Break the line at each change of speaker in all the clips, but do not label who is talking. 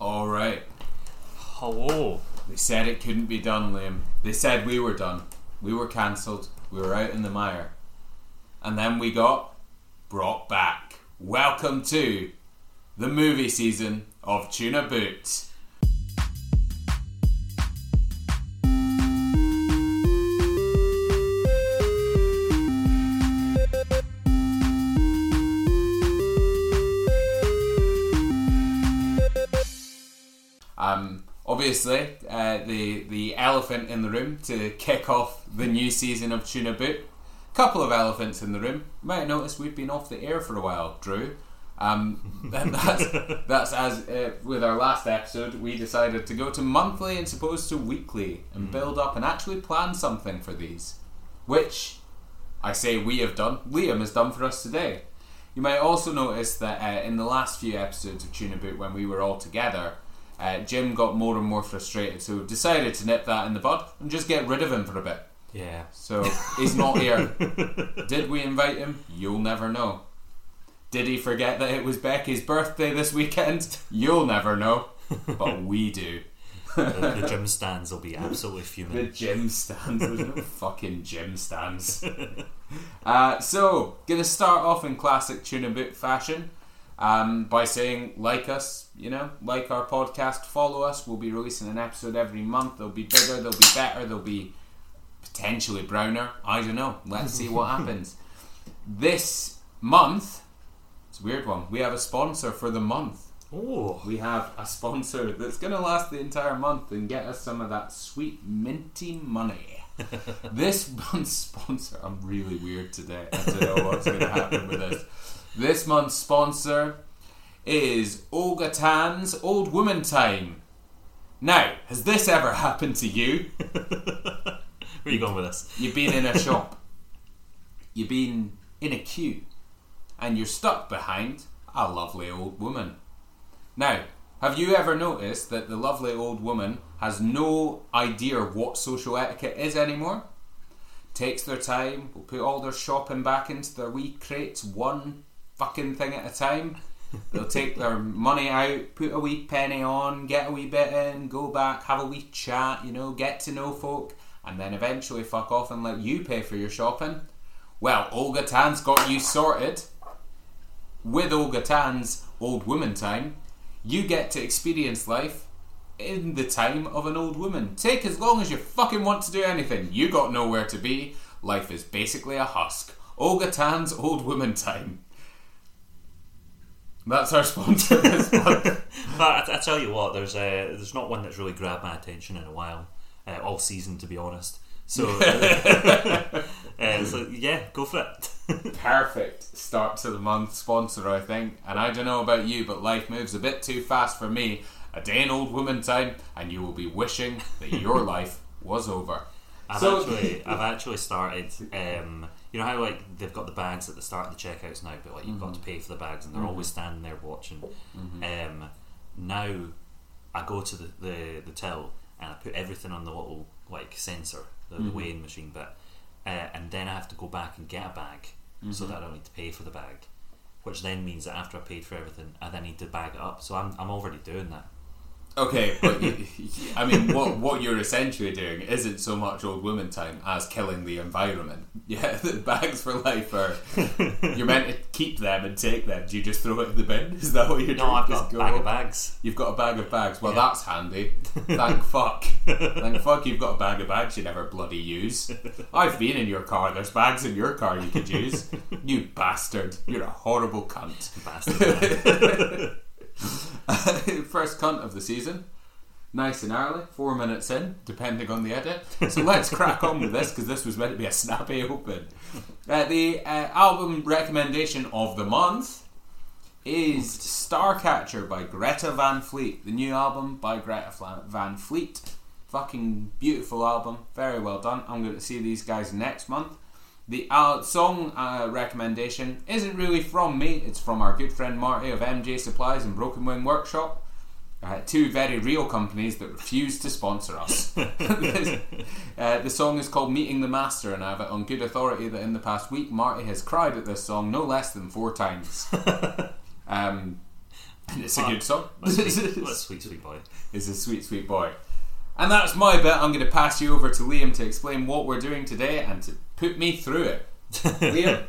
All right.
Hello.
They said it couldn't be done, Liam. They said we were done. We were cancelled. We were out in the mire. And then we got brought back. Welcome to the movie season of Tuna Boots. Um, obviously, uh, the the elephant in the room to kick off the new season of Tuna Boot. Couple of elephants in the room. You might notice we've been off the air for a while, Drew. Um, and that's that's as uh, with our last episode, we decided to go to monthly and opposed to weekly and build up and actually plan something for these, which I say we have done. Liam has done for us today. You might also notice that uh, in the last few episodes of Tuna Boot, when we were all together, uh, Jim got more and more frustrated, so we've decided to nip that in the bud and just get rid of him for a bit.
Yeah.
So he's not here. Did we invite him? You'll never know. Did he forget that it was Becky's birthday this weekend? You'll never know. But we do.
the, the gym stands will be absolutely
The
fuming.
gym stands. There's no fucking gym stands. Uh, so, gonna start off in classic tuna boot fashion um, by saying, like us, you know, like our podcast, follow us. We'll be releasing an episode every month. They'll be bigger, they'll be better, they'll be potentially browner. I don't know. Let's see what happens. This month, it's a weird one. We have a sponsor for the month
Oh.
we have a sponsor that's going to last the entire month and get us some of that sweet minty money. this month's sponsor, I'm really weird today. I don't know what's going to happen with this. This month's sponsor is Olga Tan's Old Woman Time. Now, has this ever happened to you?
Where are you going with this?
You've been in a shop. You've been in a queue. And you're stuck behind a lovely old woman. Now, have you ever noticed that the lovely old woman has no idea what social etiquette is anymore? Takes their time, will put all their shopping back into their wee crates, one fucking thing at a time. They'll take their money out, put a wee penny on, get a wee bit in, go back, have a wee chat, you know, get to know folk, and then eventually fuck off and let you pay for your shopping. Well, Olga Tan's got you sorted with Olga Tan's Old Woman Time, you get to experience life in the time of an old woman. Take as long as you fucking want to do anything. You got nowhere to be. Life is basically a husk. Olga Tan's Old Woman Time. That's our sponsor this month.
But I, I tell you what, there's uh, there's not one that's really grabbed my attention in a while, uh, all season to be honest. So, uh, uh, so yeah, go for it.
Perfect start to the month sponsor, I think. And I don't know about you, but life moves a bit too fast for me. A day in old woman time, and you will be wishing that your life was over.
I've
So-
actually I've actually started. Um, you know how like they've got the bags at the start of the checkouts now, but like you've
Mm-hmm.
got to pay for the bags, and they're always standing there watching. Um, now I go to the, the the till and I put everything on the little like sensor, the,
Mm-hmm.
the weighing machine bit, uh, and then I have to go back and get a bag so
Mm-hmm.
that I don't need to pay for the bag, which then means that after I paid for everything, I then need to bag it up. So I'm I'm already doing that.
Okay, but y- y- I mean, what what you're essentially doing isn't so much old woman time as killing the environment. Yeah, the bags for life are you're meant to keep them and take them. Do you just throw it in the bin? Is that what you're doing?
No, I've
Just
got a
go
bag
home?
of bags.
You've got a bag of bags. Well,
Yeah.
that's handy. Thank fuck. Thank fuck you've got a bag of bags you never bloody use. I've been in your car. There's bags in your car you could use. You bastard. You're a horrible cunt.
Bastard.
First cunt of the season. Nice and early, four minutes in, depending on the edit. So let's crack on with this because this was meant to be a snappy open. Uh, the uh, album recommendation of the month is Starcatcher by Greta Van Fleet, the new album by Greta Fla- Van Fleet. Fucking beautiful album, very well done. I'm going to see these guys next month. The al- song uh, recommendation isn't really from me, it's from our good friend Marty of MJ Supplies and Broken Wing Workshop. Uh, two very real companies that refuse to sponsor us. uh, the song is called Meeting the Master, and I have it on good authority that in the past week, Marty has cried at this song no less than four times. Um, and it's a good song.
What a sweet, what a sweet, sweet boy.
is a sweet, sweet boy. And that's my bit. I'm going to pass you over to Liam to explain what we're doing today and to put me through it. Liam?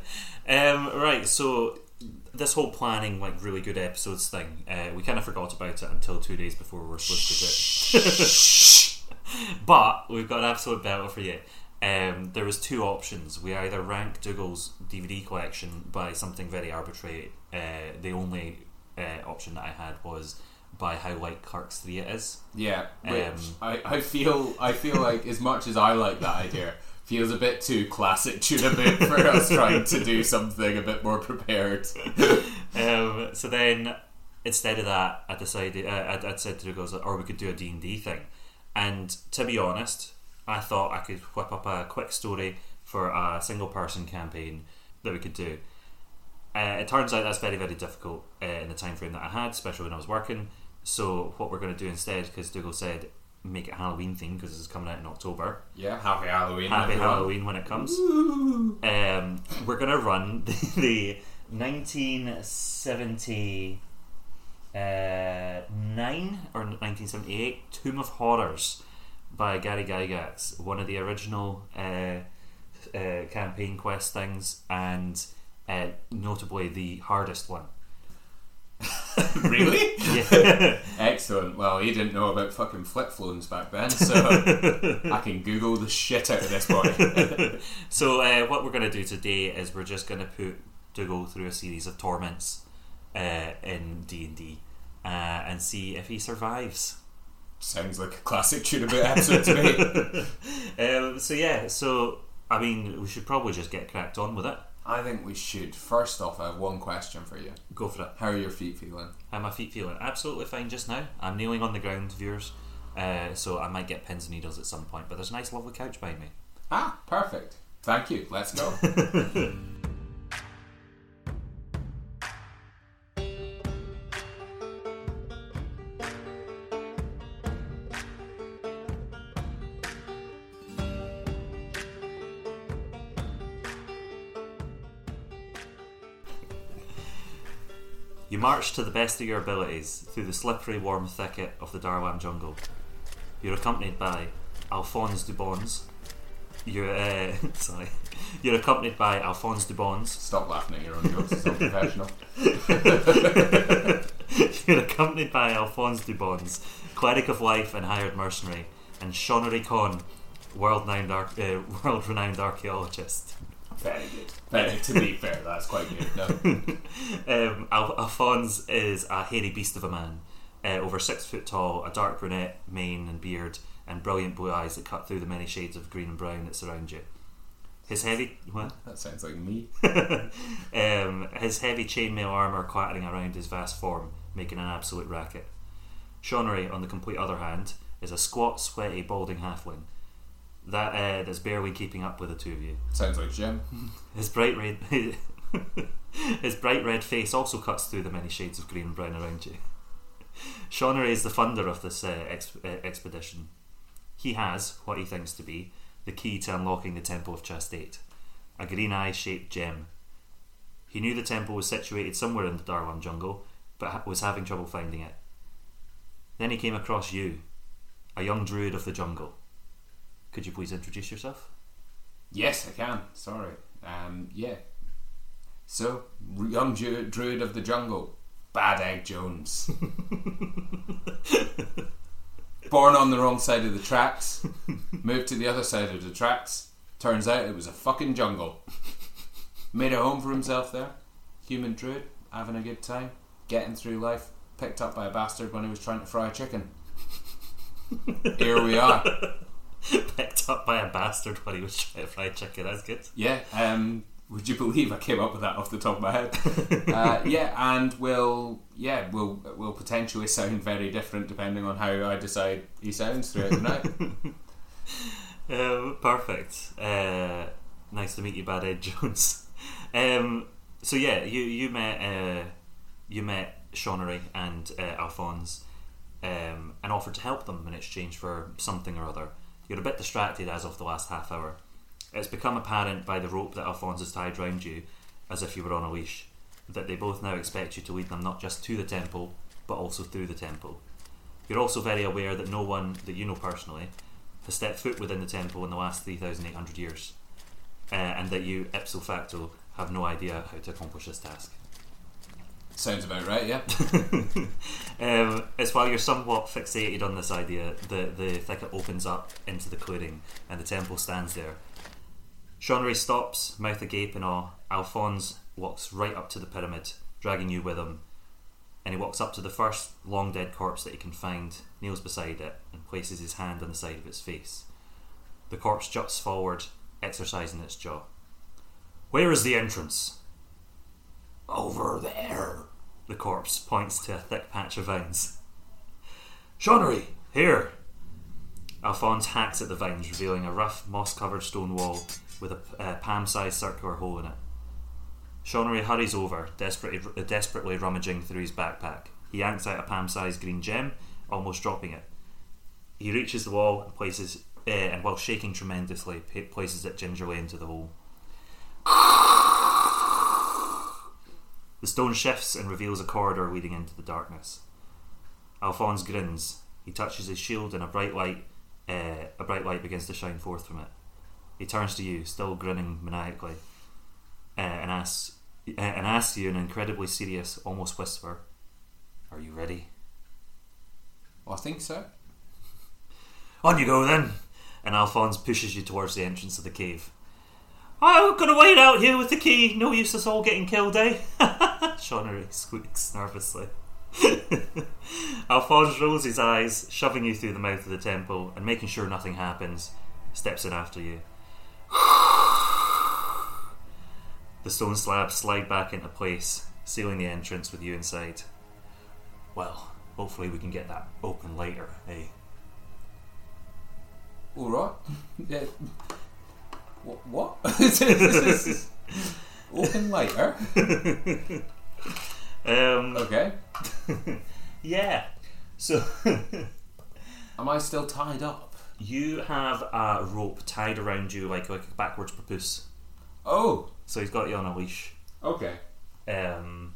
um, right, so this whole planning, like, really good episodes thing, uh, we kind of forgot about it until two days before we were supposed to do it. but we've got an absolute battle for you. Um, there was two options. We either rank Dougal's DVD collection by something very arbitrary. Uh, the only uh, option that I had was by how like Clark's Three it is.
Yeah, which
Um,
I, I feel I feel like as much as I like that idea, feels a bit too classic tuna boot for us trying to do something a bit more prepared.
um, so then instead of that I decided uh, I, I said to the girls or we could do a D&D thing and to be honest I thought I could whip up a quick story for a single person campaign that we could do uh, it turns out that's very very difficult uh, in the time frame that I had especially when I was working so what we're going to do instead because Dougal said make it Halloween themed because it's coming out in October
Yeah, happy Halloween.
Happy
everyone.
Halloween when it comes. Um, we're gonna run the, the 1979 uh, or 1978 Tomb of Horrors by Gary Gygax, one of the original uh, uh, campaign quest things, and uh, notably the hardest one.
Really?
Yeah.
Excellent. Well, he didn't know about fucking flip phones back then, so I can Google the shit out of this boy.
So uh, what we're going to do today is we're just going to put Dougal through a series of torments uh, in D and D, uh, and see if he survives.
Sounds like a classic tuna boot episode to me.
Um, so yeah, so I mean, we should probably just get cracked on with it.
I think we should. First off, I have one question for you.
Go for it.
How are your feet feeling?
How are my feet feeling? Absolutely fine just now. I'm kneeling on the ground, viewers. Uh, so I might get pins and needles at some point, but there's a nice, lovely couch by me.
Ah, perfect. Thank you. Let's go.
You march to the best of your abilities through the slippery, warm thicket of the Darwan jungle. You're accompanied by Alphonse Dubons. You're uh, sorry. You're accompanied by Alphonse Dubons.
Stop laughing at your own jokes. It's unprofessional.
You're accompanied by Alphonse Dubons, cleric of life and hired mercenary, and Shonnery Khan, world-renowned ar- uh, world-renowned archaeologist.
Very good. Very, to be fair, that's quite good. No.
Um, Al- Alphonse is a hairy beast of a man, uh, over six foot tall, a dark brunette, mane and beard, and brilliant blue eyes that cut through the many shades of green and brown that surround you. His heavy what?
That sounds like me.
um, his heavy chainmail armour clattering around his vast form, making an absolute racket. Shonnery, on the complete other hand, is a squat, sweaty, balding halfling. That uh, that's barely keeping up with the two of you.
Sounds like Jim.
His bright red, his bright red face also cuts through the many shades of green and brown around you. Shonnery is the funder of this uh, ex- uh, expedition. He has what he thinks to be the key to unlocking the Temple of Chastate, a green eye-shaped gem. He knew the temple was situated somewhere in the Darwan jungle, but ha- was having trouble finding it. Then he came across you, a young druid of the jungle. Could you please introduce yourself?
Yes, I can. Sorry. Um, yeah. So, young Ju- druid of the jungle, Bad Egg Jones. Born on the wrong side of the tracks, moved to the other side of the tracks. Turns out it was a fucking jungle. Made a home for himself there. Human druid, having a good time, getting through life. Picked up by a bastard when he was trying to fry a chicken. Here we are.
picked up by a bastard when he was trying to fry chicken. That's good.
Yeah. Um, would you believe I came up with that off the top of my head? uh, yeah, and will yeah will will potentially sound very different depending on how I decide he sounds throughout the night.
Um, perfect. Uh, nice to meet you, Bad Ed Jones. Um, so yeah, you you met uh, you met Shonnery and uh, Alphonse, um, and offered to help them in exchange for something or other. You're a bit distracted as of the last half hour. It's become apparent by the rope that Alphonse has tied round you, as if you were on a leash, that they both now expect you to lead them not just to the temple, but also through the temple. You're also very aware that no one that you know personally has stepped foot within the temple in the last 3,800 years, uh, and that you ipso facto have no idea how to accomplish this task.
Sounds about right, yeah.
um, it's while you're somewhat fixated on this idea that the thicket opens up into the clearing and the temple stands there. Seanray stops, mouth agape in awe. Alphonse walks right up to the pyramid, dragging you with him, and he walks up to the first long dead corpse that he can find, kneels beside it, and places his hand on the side of its face. The corpse juts forward, exercising its jaw. Where is the entrance? Over there. The corpse points to a thick patch of vines. Seanery, here. Alphonse hacks at the vines, revealing a rough, moss covered stone wall with a uh, palm sized circular hole in it. Seanery hurries over, desperately, uh, desperately rummaging through his backpack. He yanks out a palm sized green gem, almost dropping it. He reaches the wall and places, uh, and while shaking tremendously, pa- places it gingerly into the hole. The stone shifts and reveals a corridor leading into the darkness. Alphonse grins. He touches his shield, and a bright light, uh, a bright light begins to shine forth from it. He turns to you, still grinning maniacally, uh, and asks, uh, and asks you in an incredibly serious, almost whisper, "Are you ready?"
I think so.
On you go then. And Alphonse pushes you towards the entrance of the cave. I'm gonna wait out here with the key. No use us all getting killed, eh? Seanery squeaks nervously. Alphonse rolls his eyes, shoving you through the mouth of the temple and making sure nothing happens, steps in after you. The stone slabs slide back into place, sealing the entrance with you inside. Well, hopefully we can get that open later, eh?
All right. yeah. Wh- What? This is- Open later.
Um,
Okay.
yeah. So
Am I still tied up?
you have a rope tied around you like like a backwards papoose.
Oh,
So he's got you on a leash.
okay.
Um,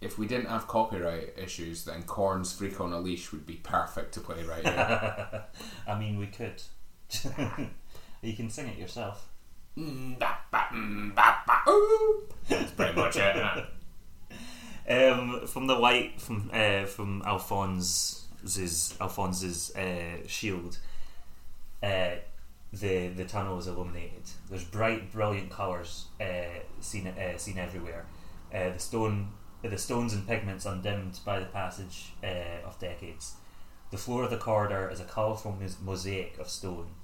If we didn't have copyright issues, then Corn's Freak on a Leash would be perfect to play right here.
I mean, we could. you can sing it yourself.
Mm, ba, ba, mm, ba, ba, ooh. That's pretty much it. innit?
Um, from the light from uh, from Alphonse's Alphonse's uh, shield, uh, the the tunnel is illuminated. There's bright, brilliant colours uh, seen uh, seen everywhere. Uh, the stone, the stones and pigments undimmed by the passage uh, of decades. The floor of the corridor is a colourful mus- mosaic of stone,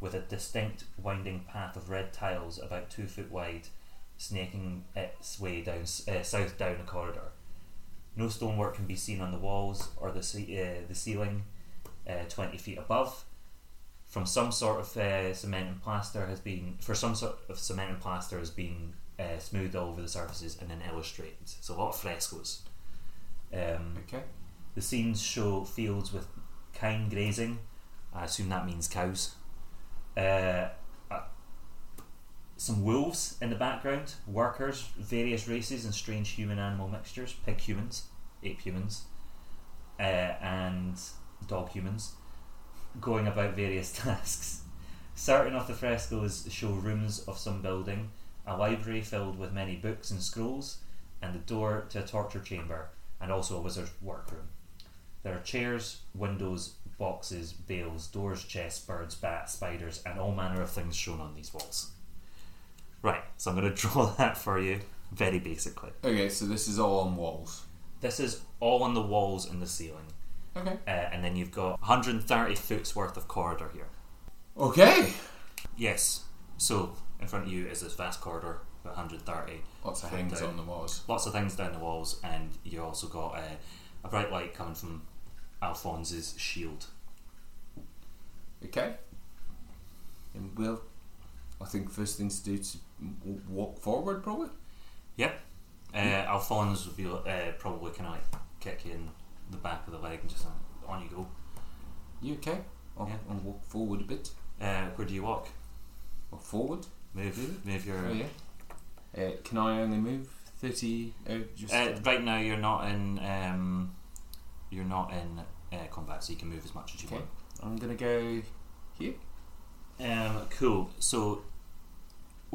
with a distinct winding path of red tiles about two foot wide, snaking its way down s- uh, south down the corridor. No stonework can be seen on the walls or the ce- uh, the ceiling, uh, twenty feet above. From some sort of uh, cement and plaster has been for some sort of cement and plaster has been uh, smoothed all over the surfaces and then illustrated. So a lot of frescoes. Um,
Okay.
the scenes show fields with kine grazing. I assume that means cows. Uh, uh, some wolves in the background, workers, various races, and strange human animal mixtures pig humans, ape humans, uh, and dog humans going about various tasks. Certain of the frescoes show rooms of some building, a library filled with many books and scrolls, and the door to a torture chamber, and also a wizard's workroom. There are chairs, windows, boxes, bales, doors, chests, birds, bats, spiders, and all manner of things shown on these walls. Right, so I'm going to draw that for you very basically.
Okay, so this is all on walls.
This is all on the walls and the ceiling,
Okay.
uh, and then you've got 130 foot's worth of corridor here.
Okay.
Yes. So in front of you is this vast corridor, about 130.
Lots of things on the walls.
Lots of things down the walls, and you also got a, a bright light coming from Alphonse's shield.
Okay. And we'll. I think first things to do is w- walk forward, probably.
Yep. Uh, Alphonse would be uh, probably kind of like kick you in the back of the leg and just like, on you go.
You okay? I'll,
Yeah.
I'll walk forward a bit.
Uh, where do you walk?
Or forward.
Move, move your.
Oh yeah. Uh, can I only move Thirty. Uh, just
Uh, right now, you're not in. Um, you're not in uh, combat, so you can move as much as you
Okay. I'm gonna go here.
want. Um, cool. So,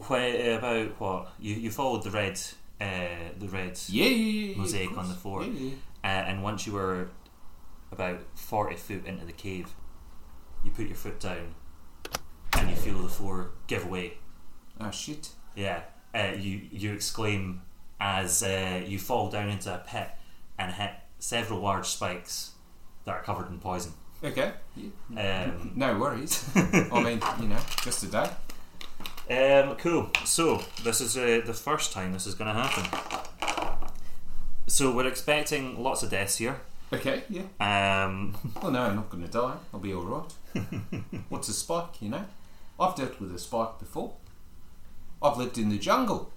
where about what you you followed the red uh, the red
Yeah, yeah, yeah, yeah, of
Mosaic on
course.
the floor.
Yeah, yeah, yeah.
Uh, and once you were about 40 foot into the cave, you put your foot down and you feel the floor give way.
Ah shit.
Yeah. Uh, you, you exclaim as uh, you fall down into a pit and hit several large spikes that are covered in poison.
Okay. Yeah.
Um,
No worries. I mean, you know, just a day.
Um, cool. So this is uh, the first time this is going to happen. So we're expecting lots of deaths here.
Okay. Yeah.
Um,
Well, no, I'm not going to die. I'll be all right. What's a spike, you know? I've dealt with a spike before. I've lived in the jungle.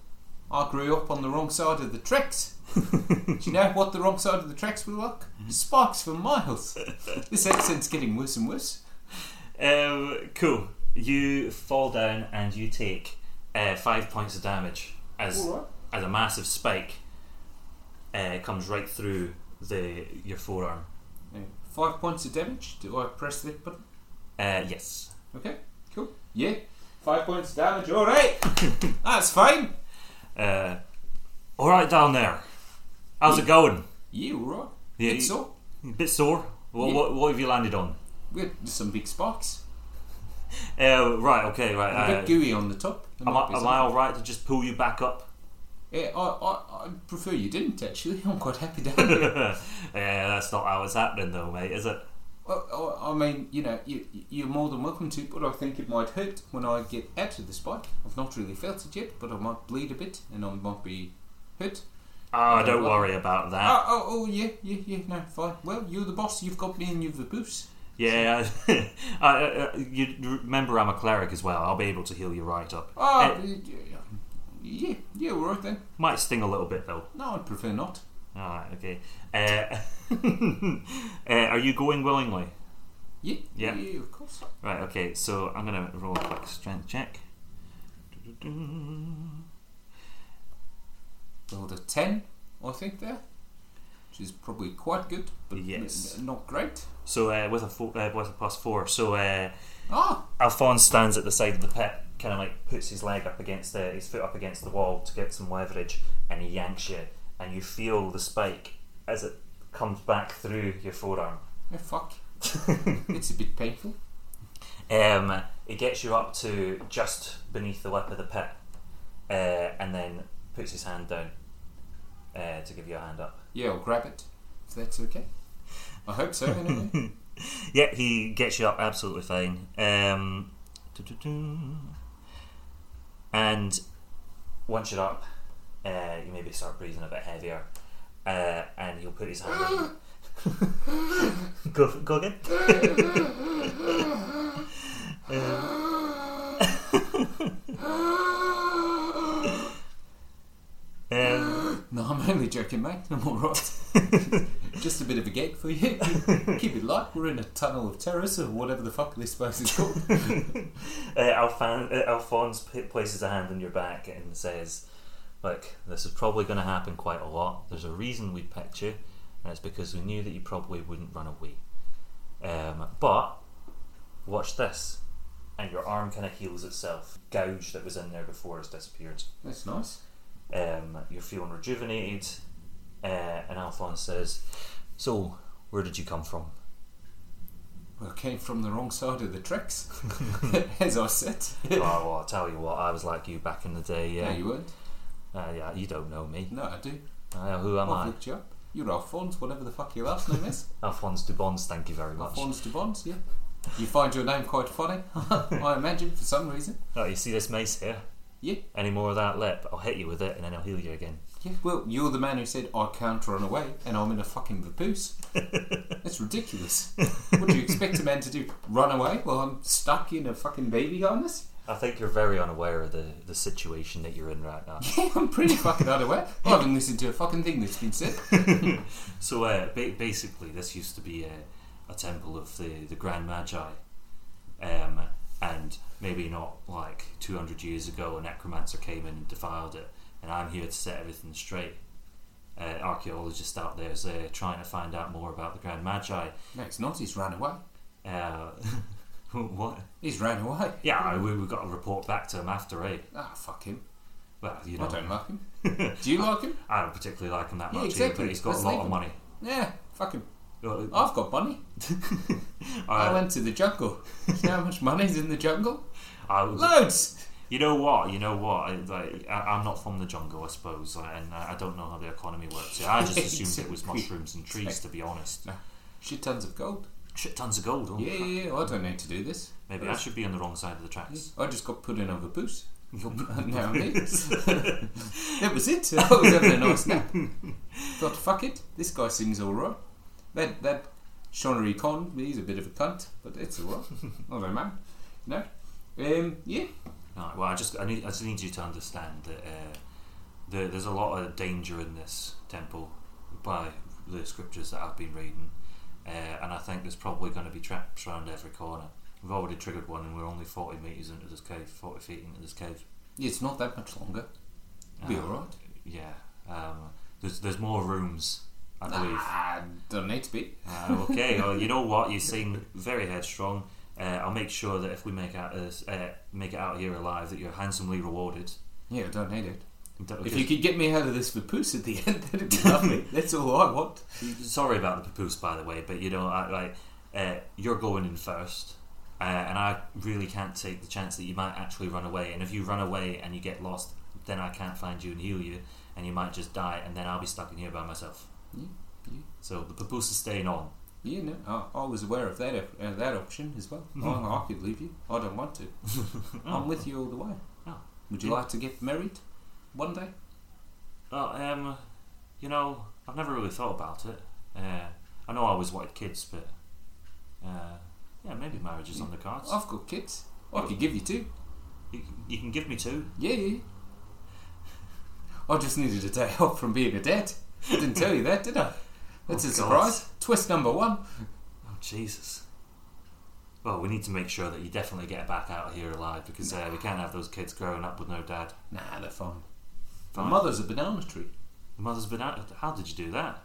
I grew up on the wrong side of the tracks. Do you know what the wrong side of the tracks were like?
Mm-hmm.
Spikes for miles. This accent's getting worse and worse.
Um, cool. You fall down and you take uh, five points of damage as
Alright.
as a massive spike uh, comes right through the your forearm.
Now, Five points of damage. Do I press that button?
Uh, yes.
Okay, cool. Yeah. Five points of damage. All right. That's fine.
Uh, all right, down there. How's it going?
You all right?
Yeah,
It's
you-
all.
bit sore. What,
Yeah.
what, what have you landed on?
We had some big spikes.
Uh, right. Okay.
A
Right.
bit
Uh,
gooey on the top. There
am
might
I,
be
am
some-
I all right to just pull you back up?
Yeah, I, I, I prefer you didn't actually. I'm quite happy to have you.
yeah, that's not how it's happening, though, mate. Is it?
I, I, I mean, you know, you, you're more than welcome to, but I think it might hurt when I get out of the spike. I've not really felt it yet, but I might bleed a bit and I might be hurt.
Oh, don't worry about that.
Oh, oh, oh yeah, yeah, yeah, no, fine. Well, you're the boss, you've got me and you've the boost.
Yeah, I, I, I, you remember I'm a cleric as well. I'll be able to heal you right up.
Oh,
It
yeah, yeah, yeah, all right then.
might sting a little bit though.
No, I'd prefer not.
Alright, okay. Uh, uh, are you going willingly?
Yeah,
Yeah.
yeah, of course.
Right, okay, so I'm going to roll a quick strength check.
Rolled a 10, I think, there, which is probably quite good, but n-
Yes.
n- not great.
So, uh, with, a four, uh, with a plus four, so uh,
Ah!
Alphonse stands at the side of the pit, kind of like puts his leg up against the, his foot up against the wall to get some leverage, and he yanks you, and you feel the spike as it comes back through your forearm.
Oh, fuck. it's a bit painful.
Um, it gets you up to just beneath the lip of the pit, uh, and then puts his hand down uh, to give you a hand up.
Yeah, I'll grab it. If that's okay. I hope so, anyway.
Yeah, he gets you up absolutely fine. Um, doo-doo-doo. and once you're up, uh, you maybe start breathing a bit heavier, uh, and he'll put his hand. on you. go, go again. Um,
no, I'm only joking, mate. I'm alright. Just a bit of a gag for you. Keep it light. We're in a tunnel of terrors or whatever the fuck this place is called.
uh, Alphon- uh, Alphonse p- places a hand on your back and says, Look, this is probably going to happen quite a lot. There's a reason we picked you, and it's because we knew that you probably wouldn't run away. Um, but, watch this. And your arm kind of heals itself. Gouge that was in there before has disappeared.
that's nice.
Um, you're feeling rejuvenated. Uh, and Alphonse says, So, where did you come from?
Well, I came from the wrong side of the tracks, as I said.
oh, well, I'll tell you what, I was like you back in the day. Yeah.
No, you weren't.
Uh, yeah, you don't know me.
No, I do.
Uh, who am
I've
I?
looked you up. You're Alphonse, whatever the fuck your last name is.
Alphonse Dubons, thank you very much.
Alphonse de Bonds, yeah. You find your name quite funny, I imagine, for some reason.
Oh, you see this mace here?
Yeah.
Any more of that lip, I'll hit you with it and then I'll heal you again.
Yeah, well, you're the man who said I can't run away, and I'm in a fucking vapoose. That's ridiculous. What do you expect a man to do? Run away? Well, I'm stuck in a fucking baby harness.
I think you're very unaware of the, the situation that you're in right now.
Yeah, I'm pretty fucking unaware. I haven't listened to a fucking thing that's been said.
so, uh, ba- basically, this used to be a, a temple of the, the Grand Magi. Um, and maybe not like 200 years ago, a necromancer came in and defiled it. and I'm here to set everything straight. Uh, archaeologist out there is uh, trying to find out more about the Grand Magi.
Next note, he's ran away.
Uh, what?
He's ran away.
Yeah, we, we've got to report back to him after, eh?
Ah, fuck him.
Well, you
I
know,
don't like him. Do you like him?
I don't particularly like him that
Yeah,
much
exactly.
either, but he's got
Let's
a lot
leave
of
him.
money.
Yeah, fuck him.
Well,
I've got money. I
I,
went to the jungle. You know how much money's in the jungle?
I was-
Loads!
you know what? You know what? I, like, I, I'm not from the jungle, I suppose, and uh, I, I don't know how the economy works. here. I just assumed it was
Exactly.
mushrooms and trees, to be honest.
Shit tons of gold.
Shit, tons of gold. Oh,
Yeah,
fuck.
yeah, yeah. I don't need to do this.
Maybe I should be on the wrong side of the tracks.
I just got put in over boost. now me. that was it. I was having a nice nap. Thought, fuck it. This guy seems alright. That that Sean Con, he's a bit of a cunt, but it's alright. Not a man. You know? Um, yeah.
Right, well, I just I need I just need you to understand that uh, there, there's a lot of danger in this temple by the scriptures that I've been reading, uh, and I think there's probably going to be traps around every corner. We've already triggered one, and we're only forty meters into this cave, forty feet into this cave.
yeah. It's not that much longer. Be
Um,
alright.
Yeah, um, there's there's more rooms, I believe.
Ah, don't need to be.
Uh, okay, well, you know what? You seem very headstrong. Uh, I'll make sure that if we make out of this, uh, make it out here alive, that you're handsomely rewarded.
Yeah, don't need it. If
Because-
you could get me out of this vapoose at the end, that'd be lovely. That's all I want.
Sorry about the papoose, by the way, but you know, I, like uh, you're going in first, uh, and I really can't take the chance that you might actually run away. And if you run away and you get lost, then I can't find you and heal you, and you might just die, and then I'll be stuck in here by myself.
Yeah, yeah.
So the papoose is staying on.
Yeah, no, I, I was aware of that op- uh, that option as well. I, I could leave you. I don't want to. I'm with you all the way.
Oh.
Would you
Yeah.
like to get married one day?
Well, um, you know, I've never really thought about it. Uh, I know I always wanted kids, but uh, yeah, maybe marriage is on the cards.
I've got kids. I could give you two.
You, you can give me two.
Yeah, yeah. I just needed a day off from being a dad. I didn't tell you that, did I? That's
Oh,
a
God.
surprise. Twist number one.
Oh Jesus! Well, we need to make sure that you definitely get back out of here alive because uh, we can't have those kids growing up with no dad.
Nah, they're fine. My
Fine.
mother's a banana tree.
The mother's been out. How did you do that?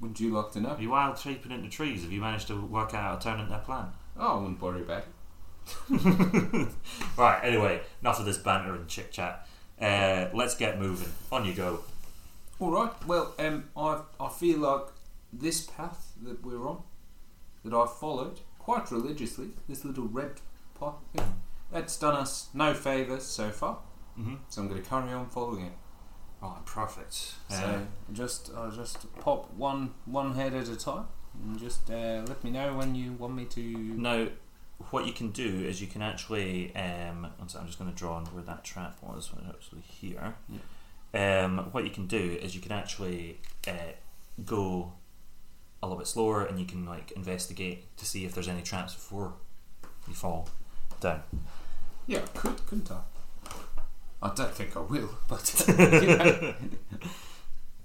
Would you like to know?
Are you wild creeping into trees? Have you managed to work out how to turn into their plant?
Oh, I wouldn't worry about it.
Right. Anyway, enough of this banter and chit chat. Uh, let's get moving. On you go.
All right. Well, um, I I feel like this path that we're on, that I've followed quite religiously, this little red path, here, that's done us no favours so far.
Mm-hmm.
So I'm going to carry on following it.
Right. Perfect. Uh,
So just I'll just pop one one head at a time, and just uh, let me know when you want me to.
Now, what you can do is you can actually. Um, one sec, I'm just going to draw on where that trap was when it was here. Um, what you can do is you can actually uh, go a little bit slower and you can like investigate to see if there's any traps before you fall down.
Yeah, I could couldn't I? I don't think I will, but you know.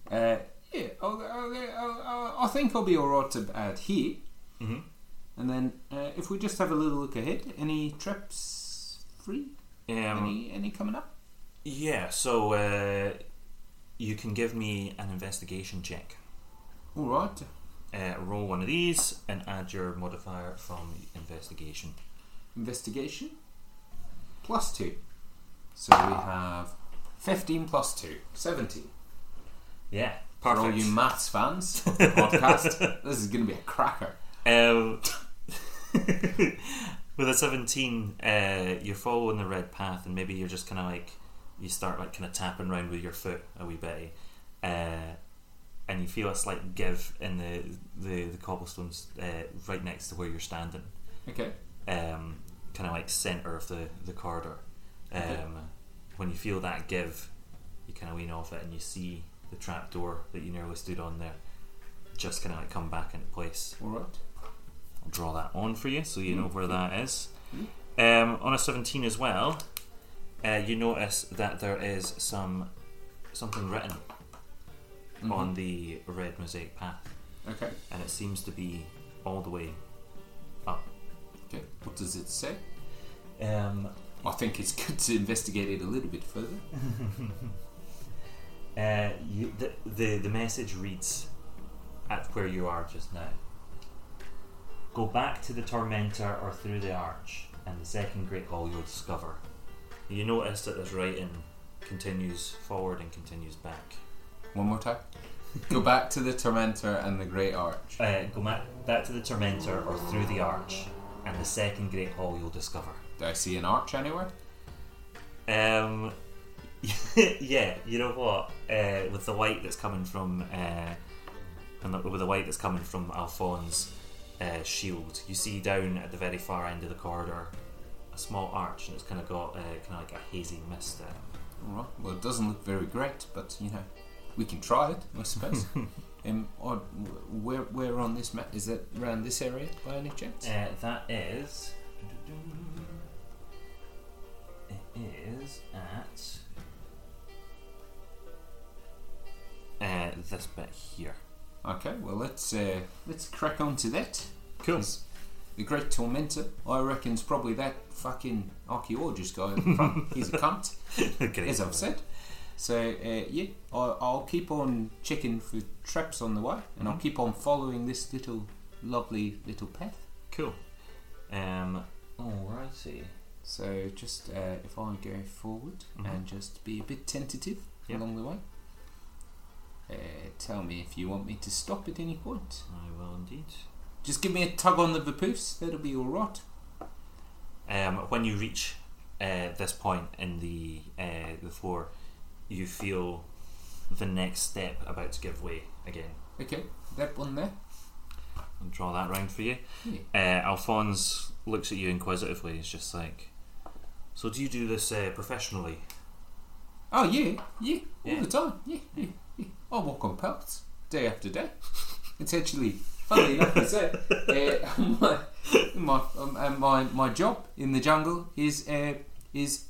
uh, yeah, I'll, I'll, I'll, I'll, I think I'll be alright to add here.
Mm-hmm.
And then, uh, if we just have a little look ahead, any traps free?
Um,
any any coming up?
yeah. So uh, you can give me an investigation check.
All right.
Uh, roll one of these and add your modifier from investigation.
Investigation plus two. So we have fifteen plus two. Seventy.
Yeah,
For
perfect.
all you maths fans of the podcast, this is going to be a cracker.
Um, with a 17, uh, you're following the red path, and maybe you're just kind of like, you start like kind of tapping around with your foot a wee bit, uh, and you feel a slight give in the the, the cobblestones uh, right next to where you're standing,
Okay.
um, kind of like center of the the corridor. Um,
Okay.
When you feel that give, you kind of lean off it, and you see the trap door that you nearly stood on there, just kind of like come back into place.
All right.
I'll draw that on for you so you know where that is. Um, on a 17 as well, uh, you notice that there is some something written
Mm-hmm.
on the red mosaic path,
Okay.
and it seems to be all the way up.
Okay. What does it say?
Um,
I think it's good to investigate it a little bit further.
Uh, you, the, the the message reads, "At where you are just now. Go back to the tormentor or through the arch, and the second great hall you'll discover." You notice that this writing continues forward and continues back.
One more time. Go back to the Tormentor and the Great Arch.
Uh, go ma- back to the tormentor or through the arch, and the second great hall you'll discover.
Do I see an arch anywhere?
Um, yeah, you know what? Uh, with the light that's coming from, uh, and the, with the light that's coming from Alphonse's uh, shield, you see down at the very far end of the corridor a small arch, and it's kind of got uh, kind of like a hazy mist in it.
Alright, well, it doesn't look very great, but you know, we can try it, I suppose. um, or where, where on this map? Is it around this area by any chance?
Uh, that is. It is at. Uh, this bit here.
Okay, well let's uh, let's crack on to that.
Cool.
'Cause The Great Tormentor, I reckon's probably that fucking archaeologist guy at the front. He's a cunt, as I've said. So uh, yeah, I'll, I'll keep on checking for traps on the way, and I'll
Mhm.
keep on following this little lovely little path.
Cool. Um, Alrighty.
So just uh, if I go forward
Mhm.
and just be a bit tentative
Yep.
along the way. Uh, tell me if you want me to stop at any point.
I will indeed.
Just give me a tug on the papoose. That'll be all right.
Um, when you reach uh, this point in the uh, the floor, you feel the next step about to give way again.
Okay, that one there.
I'll draw that round for you.
Yeah.
Uh, Alphonse looks at you inquisitively. He's just like, "So do you do this uh, professionally?"
Oh yeah, yeah,
Yeah.
all the time. Yeah, yeah, yeah. I walk on pelts day after day. It's actually funny enough, is it? Uh, my my, um, uh, my my job in the jungle is uh, is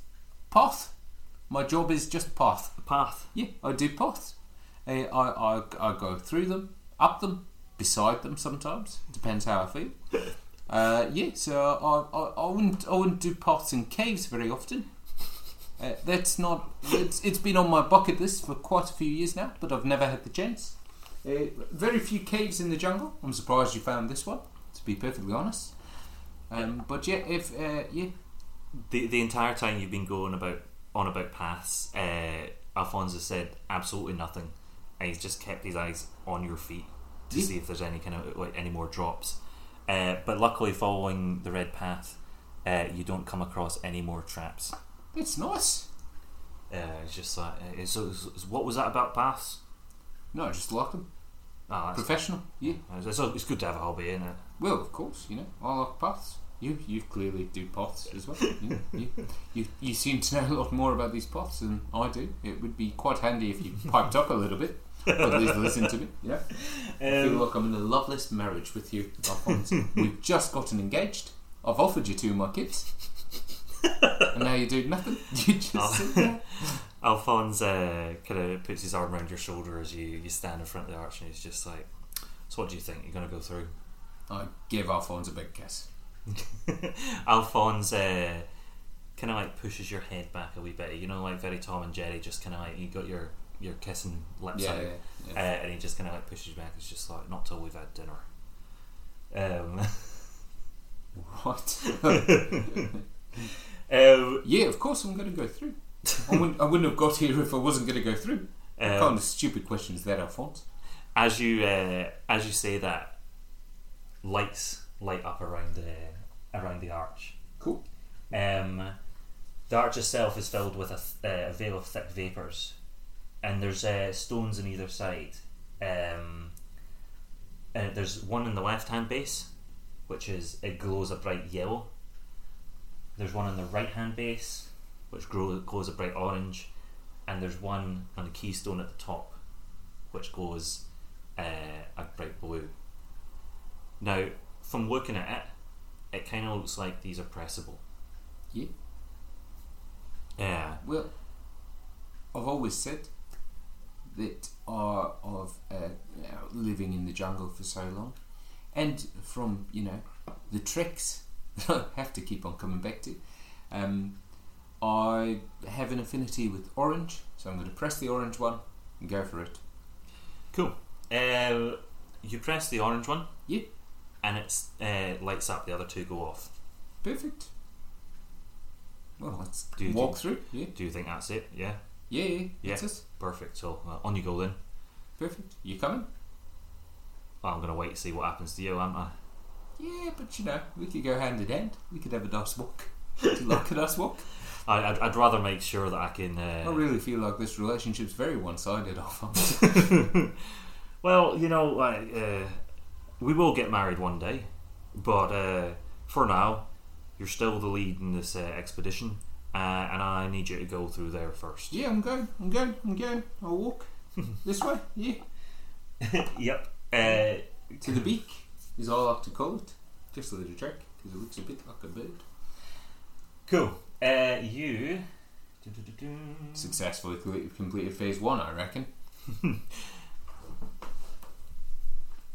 path. My job is just path.
A path.
Yeah, I do paths. Uh, I, I I go through them, up them, beside them sometimes. Depends how I feel. Uh, yeah, so I, I, I wouldn't I wouldn't do paths in caves very often. Uh, that's not it's it's been on my bucket list for quite a few years now, but I've never had the chance. Uh, very few caves in the jungle. I'm surprised you found this one. To be perfectly honest. Um, but yeah, if uh, yeah,
The the entire time you've been going about on about paths, uh, Alphonse has said absolutely nothing, and he's just kept his eyes on your feet to
Yeah.
see if there's any kind of like any more drops. Uh, but luckily, following the red path, uh, you don't come across any more traps.
that's nice.
Uh, it's just like, uh, so, so what was that about paths?
No, I just like them.
Ah, that's
Professional. Yeah.
It's, it's, it's good to have a hobby, isn't it?
Well, of course, you know, I like paths. You you clearly do paths as well. You, know, you, you, you seem to know a lot more about these paths than I do. It would be quite handy if you piped up a little bit. Or at least listen to me. Yeah, I
Um,
feel like I'm in a loveless marriage with you. Alphonse. We've just gotten engaged. I've offered you two of my kids, and now you do nothing. You just
Oh.
sit there.
Alphonse uh, kind of puts his arm around your shoulder as you, you stand in front of the arch, and he's just like, "So what do you think? You're gonna go through?"
I give Alphonse a big kiss.
Alphonse uh, kind of like pushes your head back a wee bit. You know, like very Tom and Jerry, just kind of like you got your your kissing lips
Yeah,
out,
yeah,
Uh,
yeah.
and he just kind of like pushes back. It's just like, "Not till we've had dinner." Um,
right.
um,
yeah, of course I'm going to go through. I wouldn't, I wouldn't have got here if I wasn't going to go through. What
um,
kind of stupid questions that, Alphonse?
as you uh, as you say that, lights light up around the around the arch.
Cool.
Um, the arch itself is filled with a, th- uh, a veil of thick vapours, and there's uh, stones on either side. Um, uh, there's one in the left hand base, which is it glows a bright yellow. There's one on the right hand base, which grow, glows a bright orange, and there's one on the keystone at the top, which glows uh, a bright blue. Now, from looking at it, it kind of looks like these are pressable.
Yeah.
Yeah.
Well, I've always said that are of uh, you know, living in the jungle for so long, and from you know the tricks that I have to keep on coming back to, um, I have an affinity with orange, so I'm going to press the orange one, Go for it.
Cool. Uh, you press the orange one.
Yeah.
And it uh, lights up. The other two go off.
Perfect. Well, let's
Do you
walk
think-
through. Yeah,
Do you think that's it? Yeah.
yeah, yeah.
Yeah.
That's it.
Perfect. So uh, on you go then.
Perfect. You coming?
Well, I'm gonna wait to see what happens to you, am I?
Yeah, but you know, we could go hand in hand. We could have a nice walk. Do you like a nice walk?
I, I'd, I'd rather make sure that I can. Uh,
I really feel like this relationship's very one-sided. Alpha.
well, you know, like, uh, we will get married one day, but uh, for now, you're still the lead in this uh, expedition, uh, and I need you to go through there first.
yeah, I'm going. I'm going. I'm going. I'll walk this way. Yeah,
Yep. Uh,
to the beak is all I like to call it. Just a little trick because it looks a bit like a bird.
cool. Uh, you.
Successfully cle- completed phase one, I reckon.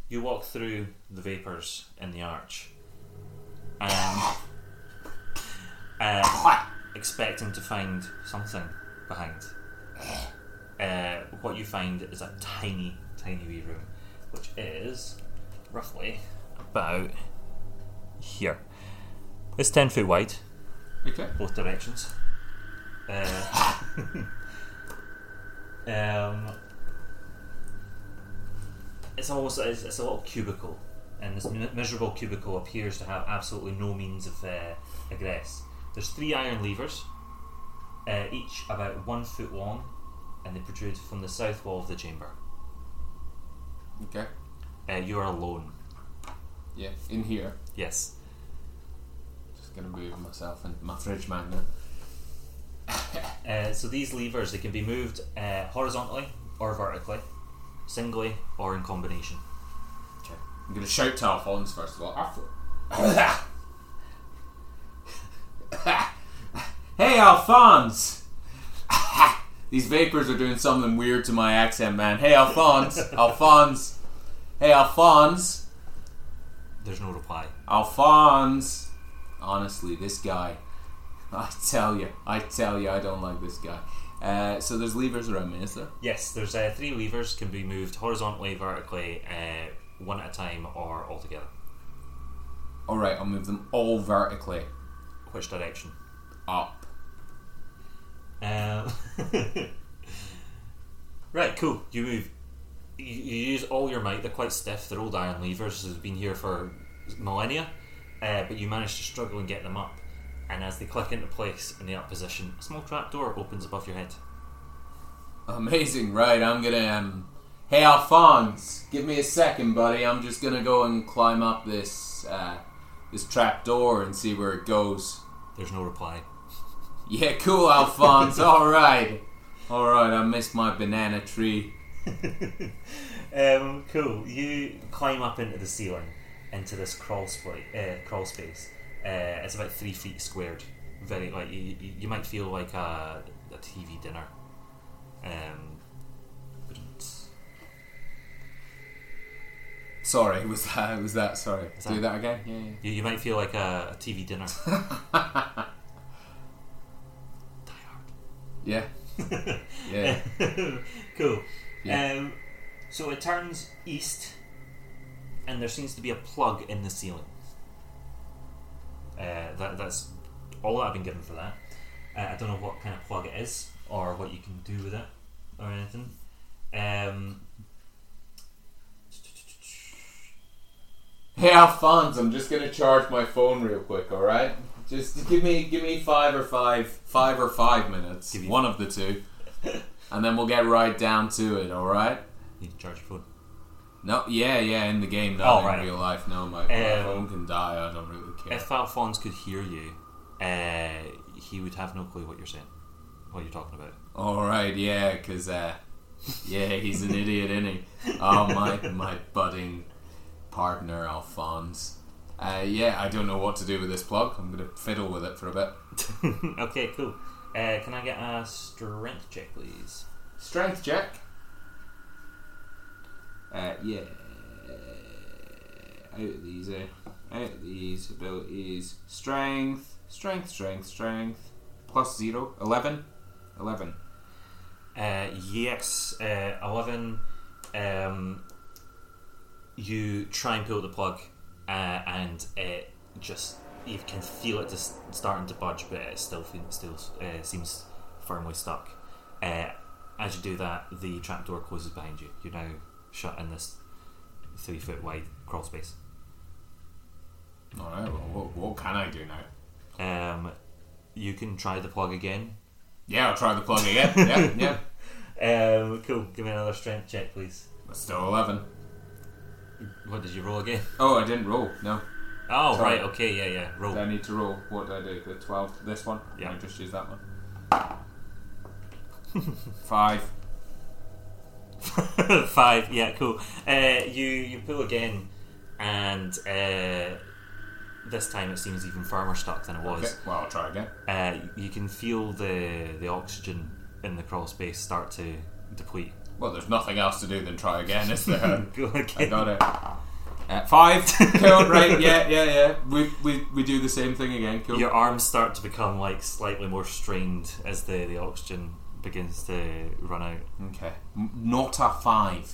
You walk through the vapors in the arch, and uh, expecting to find something behind. Uh, what you find is a tiny, tiny wee room, which is roughly about here. It's ten foot wide,
Okay.
both directions. Uh, um, it's almost it's, it's a little cubicle, and this mi- miserable cubicle appears to have absolutely no means of uh, egress. There's three iron levers, uh, each about one foot long, and they protrude from the south wall of the chamber.
Okay.
Uh, you are alone.
Yeah, in here.
Yes.
Just gonna move myself and my fridge magnet.
Uh, so these levers they can be moved uh, horizontally or vertically, singly or in combination.
Okay. I'm gonna shout to Alphonse first of all. Alph- hey Alphonse! These vapors are doing something weird to my accent, man. Hey Alphonse! Alphonse! Hey Alphonse!
There's no reply.
Alphonse! Honestly, this guy. I tell you, I tell you, I don't like this guy. Uh, so there's levers around me, is there?
Yes, there's uh, three levers can be moved horizontally, vertically, uh, one at a time, or all together.
Alright, I'll move them all vertically
Which direction?
up.
Um, right, cool. You move. You, you use all your might. They're quite stiff. They're old iron levers. They've been here for millennia, uh, but you manage to struggle and get them up. And as they click into place in the up position, a small trapdoor opens above your head.
Amazing, right? I'm gonna. Um, hey, Alphonse, give me a second, buddy. I'm just gonna go and climb up this uh, this trap door and see where it goes.
There's no reply.
Yeah, cool, Alphonse. all right, all right. I missed my banana tree.
um, cool. You climb up into the ceiling, into this crawl, sp- uh, crawl space. Uh, it's about three feet squared. Very like you, you you might feel like a, a TV dinner. Um,
Sorry, was that was that? Sorry,
Is
do
that-
that again. Yeah, yeah.
you, you might feel like a, a TV dinner.
Yeah, yeah.
cool.
Yeah.
Um, so it turns east, and there seems to be a plug in the ceiling. Uh, that, that's all I've been given for that. Uh, I don't know what kind of plug it is, or what you can do with it, or anything. Um,
Hey, Alphonse, I'm just gonna charge my phone real quick. All right, just give me give me five or five five or five minutes,
Give you-
one of the two, and then we'll get right down to it. All right.
need to charge your phone.
No, yeah, yeah, in the game, not
Oh,
in
right.
real life. No, my, my
Um,
phone can die. I don't really care.
If Alphonse could hear you, uh, he would have no clue what you're saying, what you're talking about.
All right, yeah, because uh, yeah, he's an idiot, isn't he? Oh my, my budding partner, Alphonse. Uh, yeah, I don't know what to do with this plug. I'm gonna fiddle with it for a bit.
okay, cool. Uh, can I get a strength check, please?
Strength check. Uh, yeah. Out of these, eh? Out of these abilities. Strength, strength, strength, strength. Plus zero. Eleven. Eleven.
Uh, yes, uh, eleven. Um, you try and pull the plug, uh, and it just you can feel it just starting to budge, but it still fe- still uh, seems firmly stuck. Uh, as you do that, the trapdoor closes behind you. You're now shut in this three foot wide crawl space.
All right. Well, what, what can I do now?
Um, you can try the plug again.
Yeah, I'll try the plug again. yeah, yeah.
Um, cool. Give me another strength check, please.
That's still eleven.
What did you roll again?
Oh, I didn't roll. No.
Oh,
Sorry.
right. Okay. Yeah. Yeah. Roll.
Do I need to roll? What do I do? The 12, this one?
Yeah.
I just use that one. Five.
Five. Yeah, cool. Uh, you you pull again, and uh, this time it seems even firmer stuck than it
Okay,
was.
well, I'll try again.
Uh, you can feel the the oxygen in the crawl space start to deplete.
Well, there's nothing else to do than try again, is there?
Go
I
again.
got it. Uh, five. Cool, right, yeah, yeah, yeah. We, we, we do the same thing again. Cool.
Your arms start to become like slightly more strained as the the oxygen begins to run out.
Okay. M- Not a five.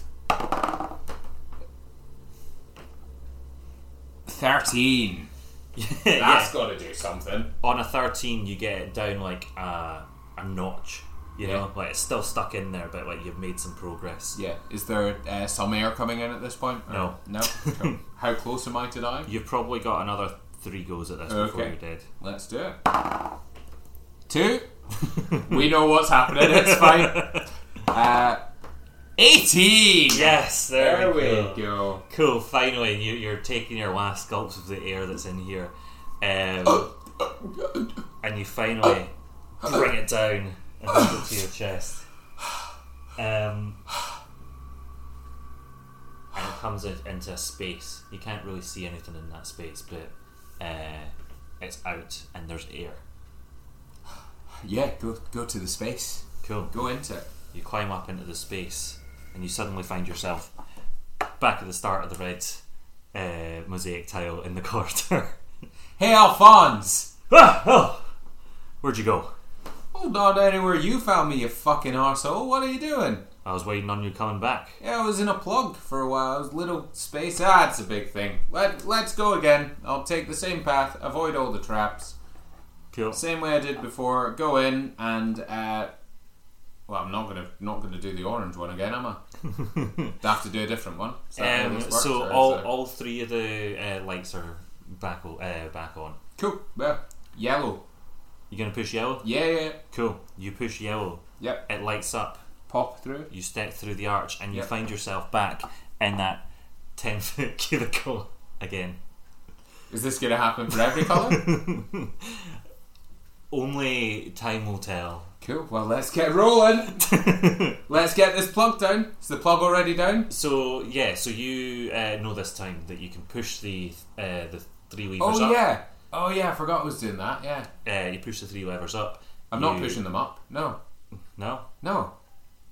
Thirteen.
Yeah.
got to do something.
on a 13 you get it down like a, a notch you know like it's still stuck in there but like you've made some progress
Yeah. Is there uh, some air coming in at this point? Or-
No.
No. Cool. How close am I to dying?
you've probably got another three goes at this before
Okay.
you're dead
Let's do it. Two. we know what's happening. It's fine. Uh, Eighteen.
yes there,
There
we, go.
we go.
cool finally you, you're taking your last gulps of the air that's in here um, and you finally bring it down and hold it to your chest um, and it comes in, into a space. You can't really see anything in that space, but uh, it's out and there's air.
Yeah. Go go to the space.
Cool.
Go into it.
You climb up into the space and you suddenly find yourself back at the start of the red uh, mosaic tile in the corridor.
Hey, Alphonse.
ah, oh, where'd you go?
Oh, not anywhere you found me, you fucking arsehole. What are you doing?
I was waiting on you coming back.
Yeah, I was in a plug for a while. I was little space. Ah, it's a big thing. Let, let's go again. I'll take the same path, avoid all the traps.
Cool.
Same way I did before. Go in and uh, well, I'm not gonna not gonna do the orange one again, am I? I have to do a different one. Is that how
Um,
this works,
so
or is
all,
it-
all three of the uh, lights are back o- uh, back on.
cool. Yeah, yellow.
You gonna push yellow?
Yeah, yeah.
Cool. You push yellow.
Yep.
It lights up.
Pop through.
You step through the arch and you
Yep.
find yourself back in that ten foot cubicle again.
Is this gonna happen for every color?
Only time will tell.
cool. Well, let's get rolling. let's get this plug down. Is the plug already down?
So yeah, so you uh, know this time that you can push the uh, the three levers
Oh
up.
yeah. Oh yeah. I forgot I was doing that. Yeah.
Uh, you push the three levers up.
I'm not
You-
pushing them up. No.
No,
No.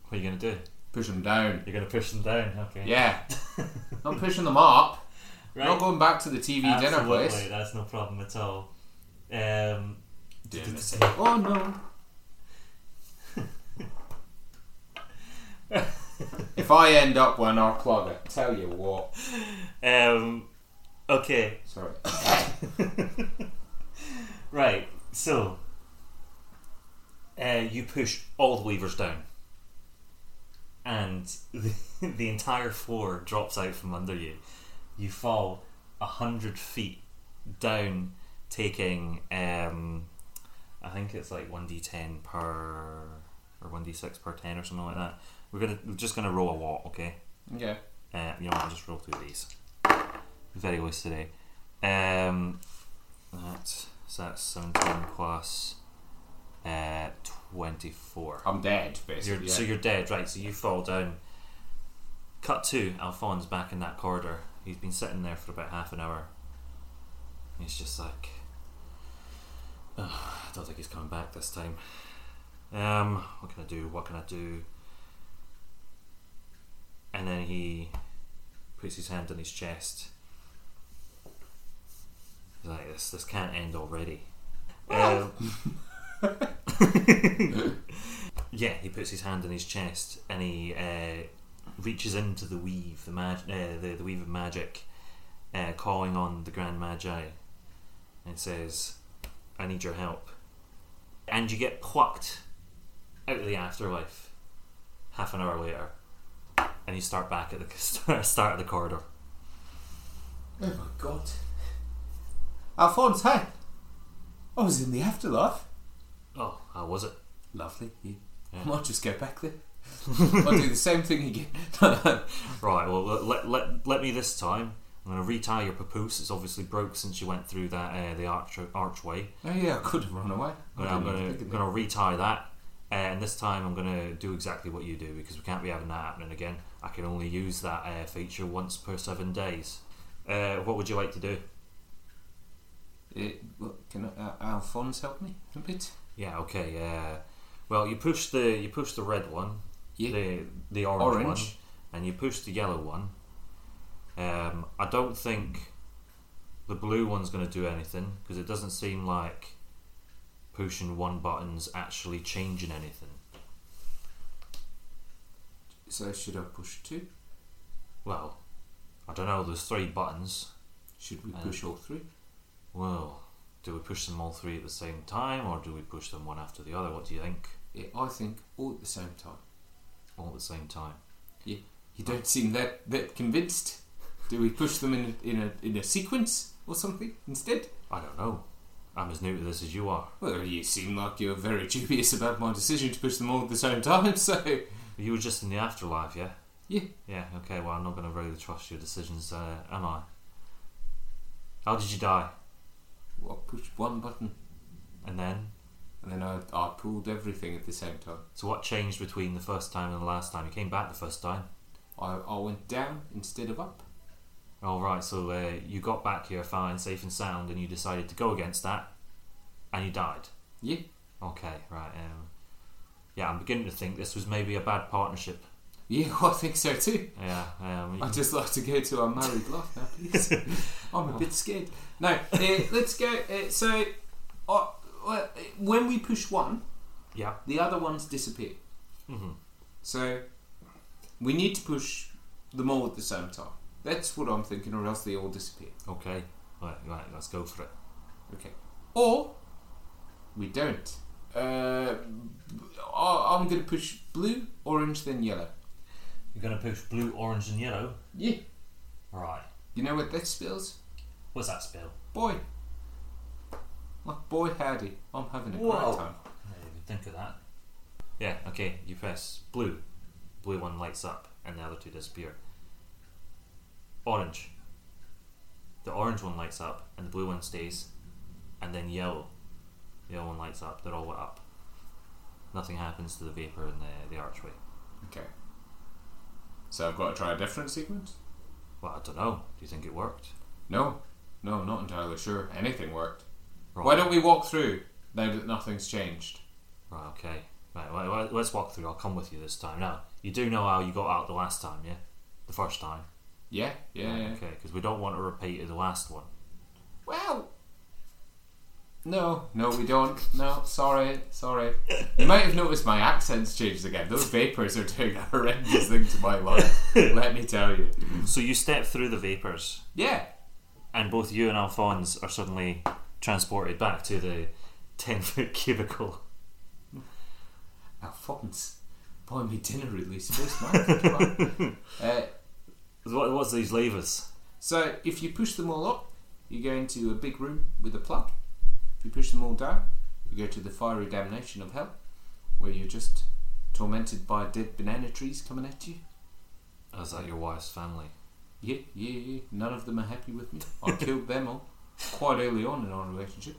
what are you gonna do?
Push them down.
You're gonna push them down. Okay.
Yeah. not pushing them up.
Right.
Not going back to the TV dinner
Absolutely,
place.
That's no problem at all. Um,
Doing the same. Oh no. if I end up when our plug, I tell you what.
um, okay,
Sorry.
right. So uh, you push all the levers down, and the, the entire floor drops out from under you. You fall a hundred feet down, taking um, I think it's like one d ten per or one d six per ten or something like that. We're gonna we're just gonna roll a watt, okay?
Yeah.
Uh, you know what, I'll just roll through these. Very loose today. Um, that's, so that's 17 plus uh, 24.
I'm dead,
You're,
basically.
So
yeah.
you're dead, right? So you fall down. Cut to Alphonse back in that corridor. He's been sitting there for about half an hour. He's just like, "Ugh, I don't think he's coming back this time. Um, what can I do? What can I do? And then he puts his hand on his chest. He's like, this, this can't end already. Um, Yeah, he puts his hand on his chest and he uh, reaches into the weave, the, mag- uh, the the weave of magic, uh, calling on the Grand Magi, and says, "I need your help." And you get plucked out of the afterlife half an hour later, and you start back at the start of the corridor.
Oh my god. Alphonse, hi. I was in the afterlife.
Oh, how was it?
Lovely. You
Yeah.
might just go back there. I'll do the same thing again.
Right, well, let, let, let, let me this time. I'm going to retie your papoose. It's obviously broke since you went through that uh, the arch, archway.
oh yeah, I could have run away. I
But
didn't
I'm going to
think of
going to retie that. uh, and this time I'm going to do exactly what you do because we can't be having that happening again. I can only use that uh, feature once per seven days. Uh, what would you like to do?
that. It- look, can uh, Alphonse help me a bit?
Yeah, okay. Uh, well, you push the you push the red one,
Yeah.
the the orange,
Orange.
one, and you push the yellow one. Um, I don't think the blue one's going to do anything because it doesn't seem like pushing one button's actually changing anything.
So should I push two?
Well, I don't know. There's three buttons.
Should we
Uh,
push all three?
Well, do we push them all three at the same time, or do we push them one after the other? What do you think?
Yeah, I think all at the same time.
All at the same time.
You don't
Oh.
seem that, that convinced. Do we push them in a, in a in a sequence or something instead?
I don't know. I'm as new to this as you are.
Well, you seem like you're very dubious about my decision to push them all at the same time, so.
You were just in the afterlife, yeah?
Yeah.
Yeah, okay, well, I'm not going to really trust your decisions, uh, am I? How did you die?
I pushed one button
And then?
and then I, I pulled everything at the same time.
So, what changed between the first time and the last time? You came back the first time.
I, I went down instead of up.
Alright, so uh, you got back here fine, safe and sound, and you decided to go against that, and you died.
Yeah.
Okay, right. Um, yeah, I'm beginning to think this was maybe a bad partnership.
Yeah, I think so too.
Yeah. Um, you-
I'd just like to go to our married life now, please. I'm a bit scared. No, uh, let's go. Uh, so, uh, uh, when we push one,
yeah.
the other ones disappear.
hmm
So, we need to push them all at the same time. That's what I'm thinking, or else they all disappear.
Okay. Right, right. Let's go for it.
Okay. Or we don't. Uh, I- I'm going to push blue, orange, then yellow.
You're gonna push blue, orange, and yellow.
Yeah.
Right.
You know what that spells?
What's that spell?
Boy. Like boy howdy, I'm having a
Whoa.
great time.
I didn't even think of that. Yeah. Okay. You press blue. Blue one lights up, and the other two disappear. Orange. The orange one lights up, and the blue one stays, and then yellow. The yellow one lights up. They're all lit up. Nothing happens to the vapor in the, the archway.
Okay. So I've got to try a different sequence?
Well, I don't know. Do you think it worked?
No. No, I'm not entirely sure. Anything worked.
Right.
Why don't we walk through now that nothing's changed?
Right. Okay. Right. Well, well, let's walk through. I'll come with you this time. Now, you do know how you got out the last time, yeah? The first time.
Yeah, yeah,
Right,
yeah.
Okay. Because we don't want to repeat of the last one.
Well, no, no, we don't. No, sorry, sorry. You might have noticed my accent's changed again. Those vapors are doing a horrendous thing to my life. Let me tell you.
So you step through the vapors,
Yeah,
and both you and Alphonse are suddenly transported back to the ten-foot cubicle.
Alphonse, buy me dinner at least first, man. uh,
What, what's these levers?
so if you push them all up, you go into a big room with a plug. If you push them all down, you go to the fiery damnation of hell, where you're just tormented by dead banana trees coming at you.
Oh, is that your wife's family?
Yeah, yeah, yeah. None of them are happy with me. I killed them all quite early on in our relationship.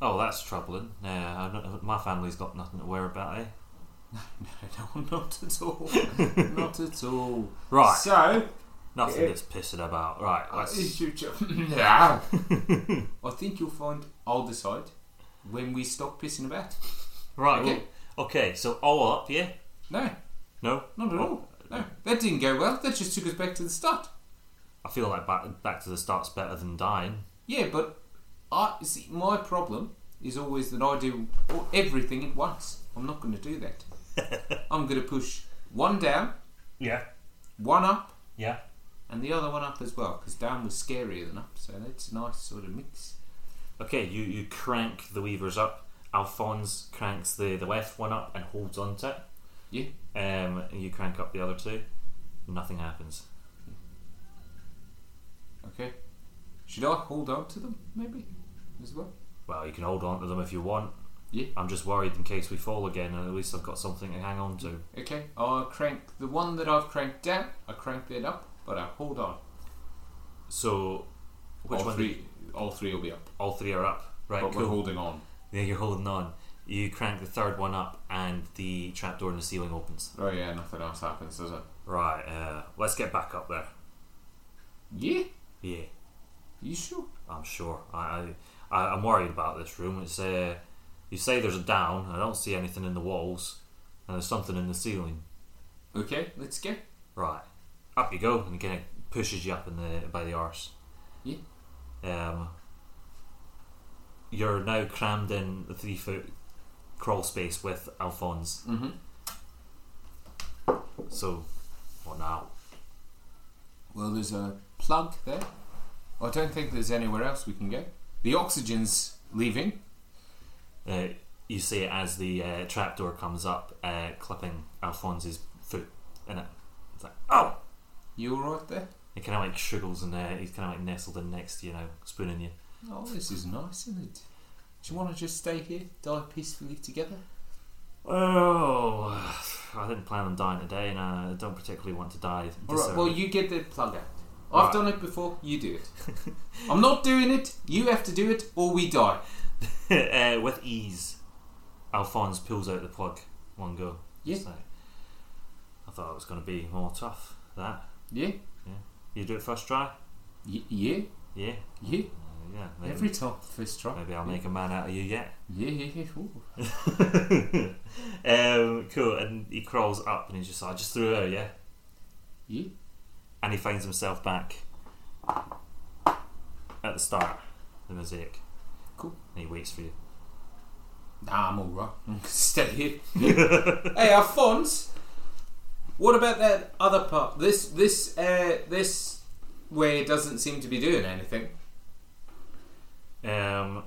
Oh, that's troubling. Uh, I don't, my family's got nothing to worry about, eh?
No, no, not at all. not at all.
Right.
So,
Nothing
Yeah.
that's pissing about. Right. Let's,
I think you'll find I'll decide when we stop pissing about.
right.
Okay.
well, okay. So all up, yeah.
No,
No,
not at all. No, that didn't go well. That just took us back to the start.
I feel like back, back to the start's better than dying.
Yeah, but I see my problem is always that I do everything at once. I'm not going to do that. I'm going to push one down,
Yeah,
one up,
yeah.
and the other one up as well because down was scarier than up. So it's a nice sort of mix.
Okay, you, you crank the weavers up. Alphonse cranks the, the left one up and holds on to
Yeah.
it. Um, and you crank up the other two. Nothing happens.
Okay. Should I hold on to them maybe as well?
Well, you can hold on to them if you want.
Yeah.
I'm just worried in case we fall again, and at least I've got something to hang on to.
Okay. I crank the one that I've cranked down. I cranked it up, but I hold on.
So, which
all
one?
Three, all three will be up,
All three are up. Right,
but we're
cool.
holding on.
Yeah, you're holding on. You crank the third one up, and the trapdoor in the ceiling opens.
Oh yeah, nothing else happens, does it?
Right, uh, let's get back up there.
Yeah.
Yeah,
You sure?
I'm sure. I, I, I- I'm worried about this room. It's uh, you say there's a down. I don't see anything in the walls, and there's something in the ceiling.
Okay. Let's go.
Right, up you go, and it kind of pushes you up in the by the arse.
Yeah.
Um. You're now crammed in the three foot crawl space with Alphonse.
Mm-hmm.
So, what now?
Well, there's a plug there. I don't think there's anywhere else we can go. The oxygen's leaving.
Uh, you see it as the uh, trapdoor comes up, uh, clipping Alphonse's foot in it. It's like, oh!
You alright there?
It kind of like shriggles and uh, he's kind of like nestled in next to you now, spooning you.
Oh, this is nice, isn't it? Do you want to just stay here, die peacefully together?
Oh, I didn't plan on dying today and I don't particularly want to die.
Alright,
deserved.
well, you get the plug out. I've
Right.
done it before, you do it. I'm not doing it, you have to do it, or we die.
uh, with ease, Alphonse pulls out the plug one go.
Yeah.
It's like, I thought it was going to be more tough, that.
Yeah?
You do it first try?
Y- yeah?
Yeah.
Yeah?
Uh, yeah. Maybe,
Every time, first try.
maybe I'll make a man out of you yet.
Yeah, yeah, yeah. Ooh.
um, cool. And he crawls up and he's just like, I just threw her, yeah?
Yeah?
And he finds himself back at the start, the mosaic.
Cool.
And he waits for you.
Nah, I'm alright. I'm gonna stay here. hey, Alphonse, what about that other part? This, this, uh, this way doesn't seem to be doing anything.
Um,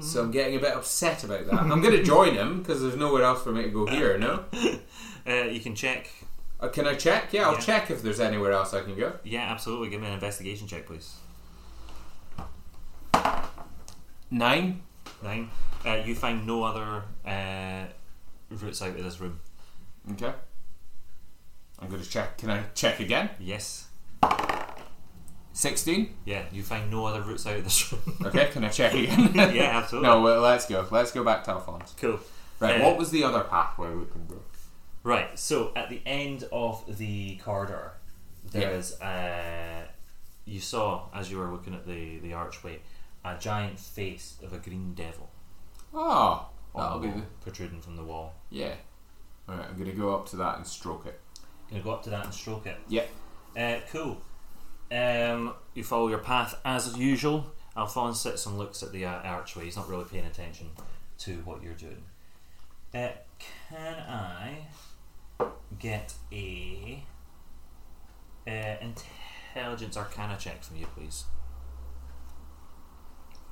So I'm getting a bit upset about that. I'm going to join him because there's nowhere else for me to go here, no?
uh, you can check.
Uh, can I check? Yeah, I'll
Yeah.
check if there's anywhere else I can go.
Yeah, absolutely. Give me an investigation check, please.
Nine.
Nine. Uh, you find no other uh, routes out of this room.
Okay. I'm going to check. Can I check again?
Yes.
16.
Yeah, you find no other routes out of this room.
Okay, can I check again?
yeah, absolutely.
no, well, let's go. Let's go back to Alphonse.
Cool.
Right,
Uh,
what was the other pathway we can go?
Right, so at the end of the corridor, there is uh, you saw as you were looking at the, the archway a giant face of a green devil
Oh,
on
that'll
the
be
wall,
the.
protruding from the wall.
Yeah. Alright, I'm going to go up to that and stroke it.
Gonna go up to that and stroke it.
Yeah.
Uh, cool. Um, you follow your path as usual. Alphonse sits and looks at the uh, archway. He's not really paying attention to what you're doing. Uh, can I get a uh, intelligence arcana check from you, please?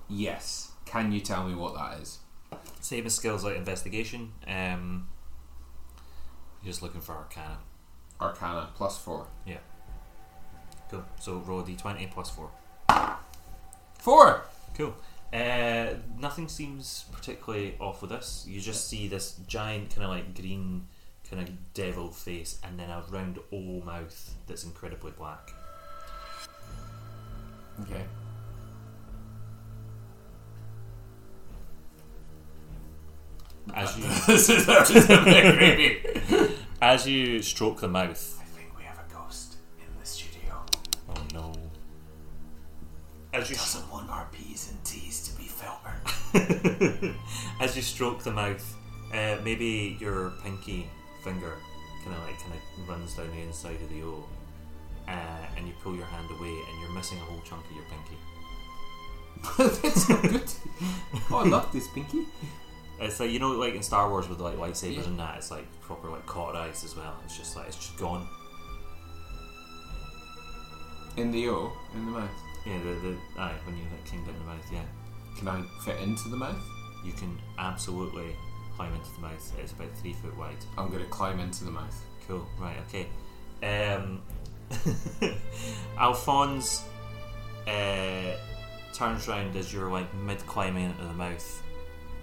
Yes. Can you tell me what that is?
Same as skills like investigation. Um, you're just looking for arcana.
Arcana, plus four.
Cool. So roll a d20 plus four.
Four!
Cool. Uh, nothing seems particularly off with this. You just see this giant kind of like green kind of devil face and then a round O mouth that's incredibly black.
Okay.
As you
this is just a bit creepy.
as you stroke the mouth.
I think we have a ghost in the studio.
Oh no. As you
Doesn't want our P's and T's to be filtered.
as you stroke the mouth, uh, maybe your pinky finger kind of like kind of runs down the inside of the O, uh, and you pull your hand away, and you're missing a whole chunk of your pinky.
That's not good. Oh, I love this, Pinky.
It's like you know, like in Star Wars with like lightsabers and that. It's like proper like cauterized as well. It's just like it's just gone.
In the O, in the mouth.
Yeah, the, the aye when you like cleaned it in the mouth. Yeah,
Can I fit into the mouth?
you can absolutely climb into the mouth. It's about three foot wide.
I'm going to climb into the mouth.
Cool. Right. Okay. Um, Alphonse uh, turns round as you're like mid climbing into the mouth,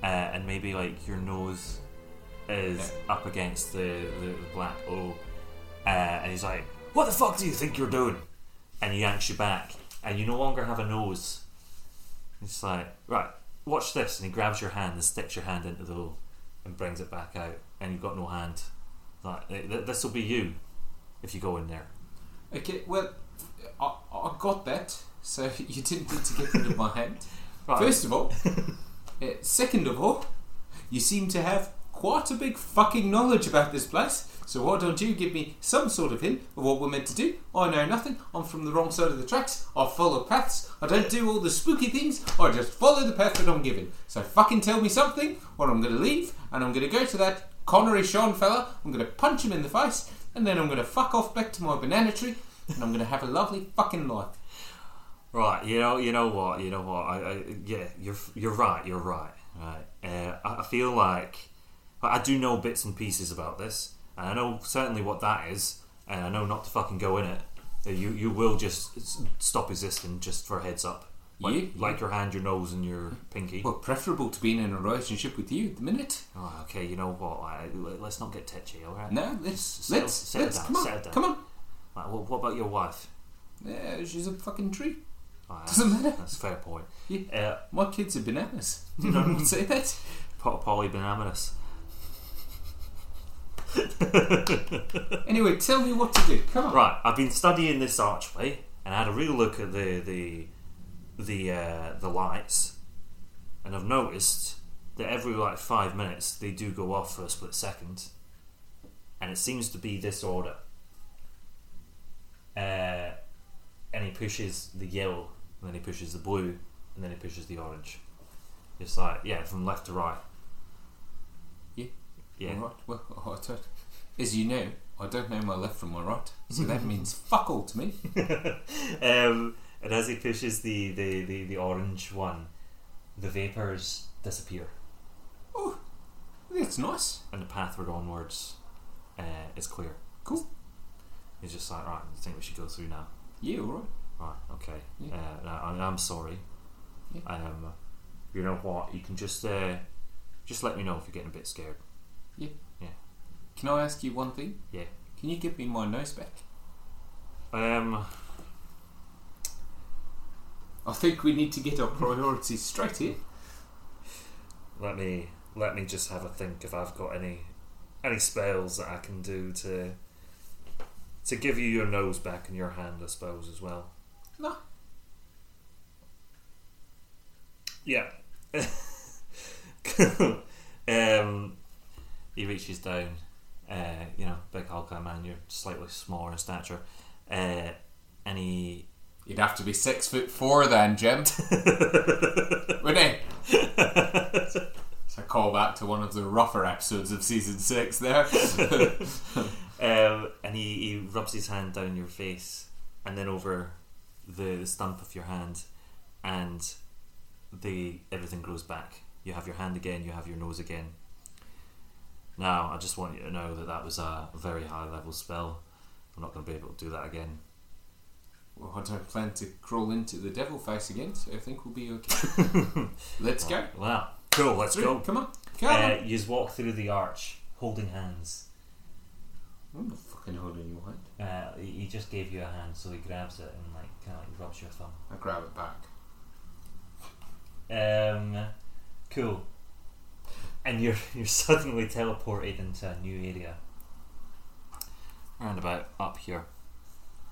uh, and maybe like your nose is up against the, the, the black O, uh, and he's like, "What the fuck do you think you're doing?" And he yanks you back, and you no longer have a nose. It's like, right, watch this, and he grabs your hand and sticks your hand into the O, and brings it back out, and you've got no hand. Like this will be you if you go in there.
Okay, well, I, I got that, so you didn't need to get rid of my hand.
Right.
First of all, uh, second of all, you seem to have quite a big fucking knowledge about this place. So why don't you give me some sort of hint of what we're meant to do? I know nothing. I'm from the wrong side of the tracks. I follow paths. I don't do all the spooky things. I just follow the path that I'm given. So fucking tell me something, or I'm going to leave, and I'm going to go to that Connery Sean fella. I'm going to punch him in the face, and then I'm going to fuck off back to my banana tree, and I'm going to have a lovely fucking life.
Right, you know, you know what, you know what. I, I yeah, you're you're right, you're right, right. Uh, I, I feel like I I do know bits and pieces about this, and I know certainly what that is, and I know not to fucking go in it. Uh, You you will just s- stop existing just for a heads up, like,
You?
like your hand, your nose, and your pinky.
Well, preferable to being in a relationship with you at the minute.
Oh, okay, you know what? I, let's not get tetchy, all right?
No, let's
Settle-
let's
settle
let's
down,
come on,
settle down.
come on.
Like, what, what about your wife?
Yeah, she's a fucking tree.
Aye,
Doesn't
that's-
matter.
That's a fair point.
Yeah.
Uh,
My kids are bananas. You know what I'm saying? That
po- polybanamous.
anyway, tell me what to do. Come on.
Right, I've been studying this archway and had a real look at the the the uh, the lights, and I've noticed that every like five minutes they do go off for a split second, and it seems to be this order. Uh, and he pushes the yellow, and then he pushes the blue, and then he pushes the orange. It's like yeah, from left to right.
Yeah.
yeah.
All right. Well, oh, I don't, as you know, I don't know my left from my right, so that means fuck all to me.
um, and as he pushes the, the, the, the orange one, the vapors disappear,
That's nice.
and the pathward onwards uh, is clear.
Cool.
He's just like, right, I think we should go through now.
Yeah. All right.
Right, okay.
Yeah.
Uh, no, I, I'm sorry.
Yeah.
Um, you know what? You can just uh, just let me know if you're getting a bit scared.
Can I ask you one thing?
Yeah.
Can you give me my nose back?
Um,
I think we need to get our priorities straight here.
let me let me just have a think if I've got any any spells that I can do to to give you your nose back and your hand, I suppose, as well.
No.
Yeah. um, he reaches down. Uh, you know, big Hawkeye man. You're slightly smaller in stature, uh, and he
You'd have to be six foot four then, Jim. Wouldn't it? It's a callback to one of the rougher episodes of season six there.
Um, and he, he rubs his hand down your face and then over the, the stump of your hand, and the everything grows back. You have your hand again, you have your nose again. Now, I just want you to know that that was a very high level spell. I'm not going to be able to do that again.
well, I don't plan to crawl into the devil face again, so I think we'll be okay. Let's go.
Well, cool, let's go.
Come on. Come on.
Uh, you just walk through the arch holding hands.
I'm not fucking holding your hand.
Uh, he he just gave you a hand, so he grabs it and like kind of like rubs your thumb.
I grab it back.
Um, cool. And you're you're suddenly teleported into a new area. Round about up here.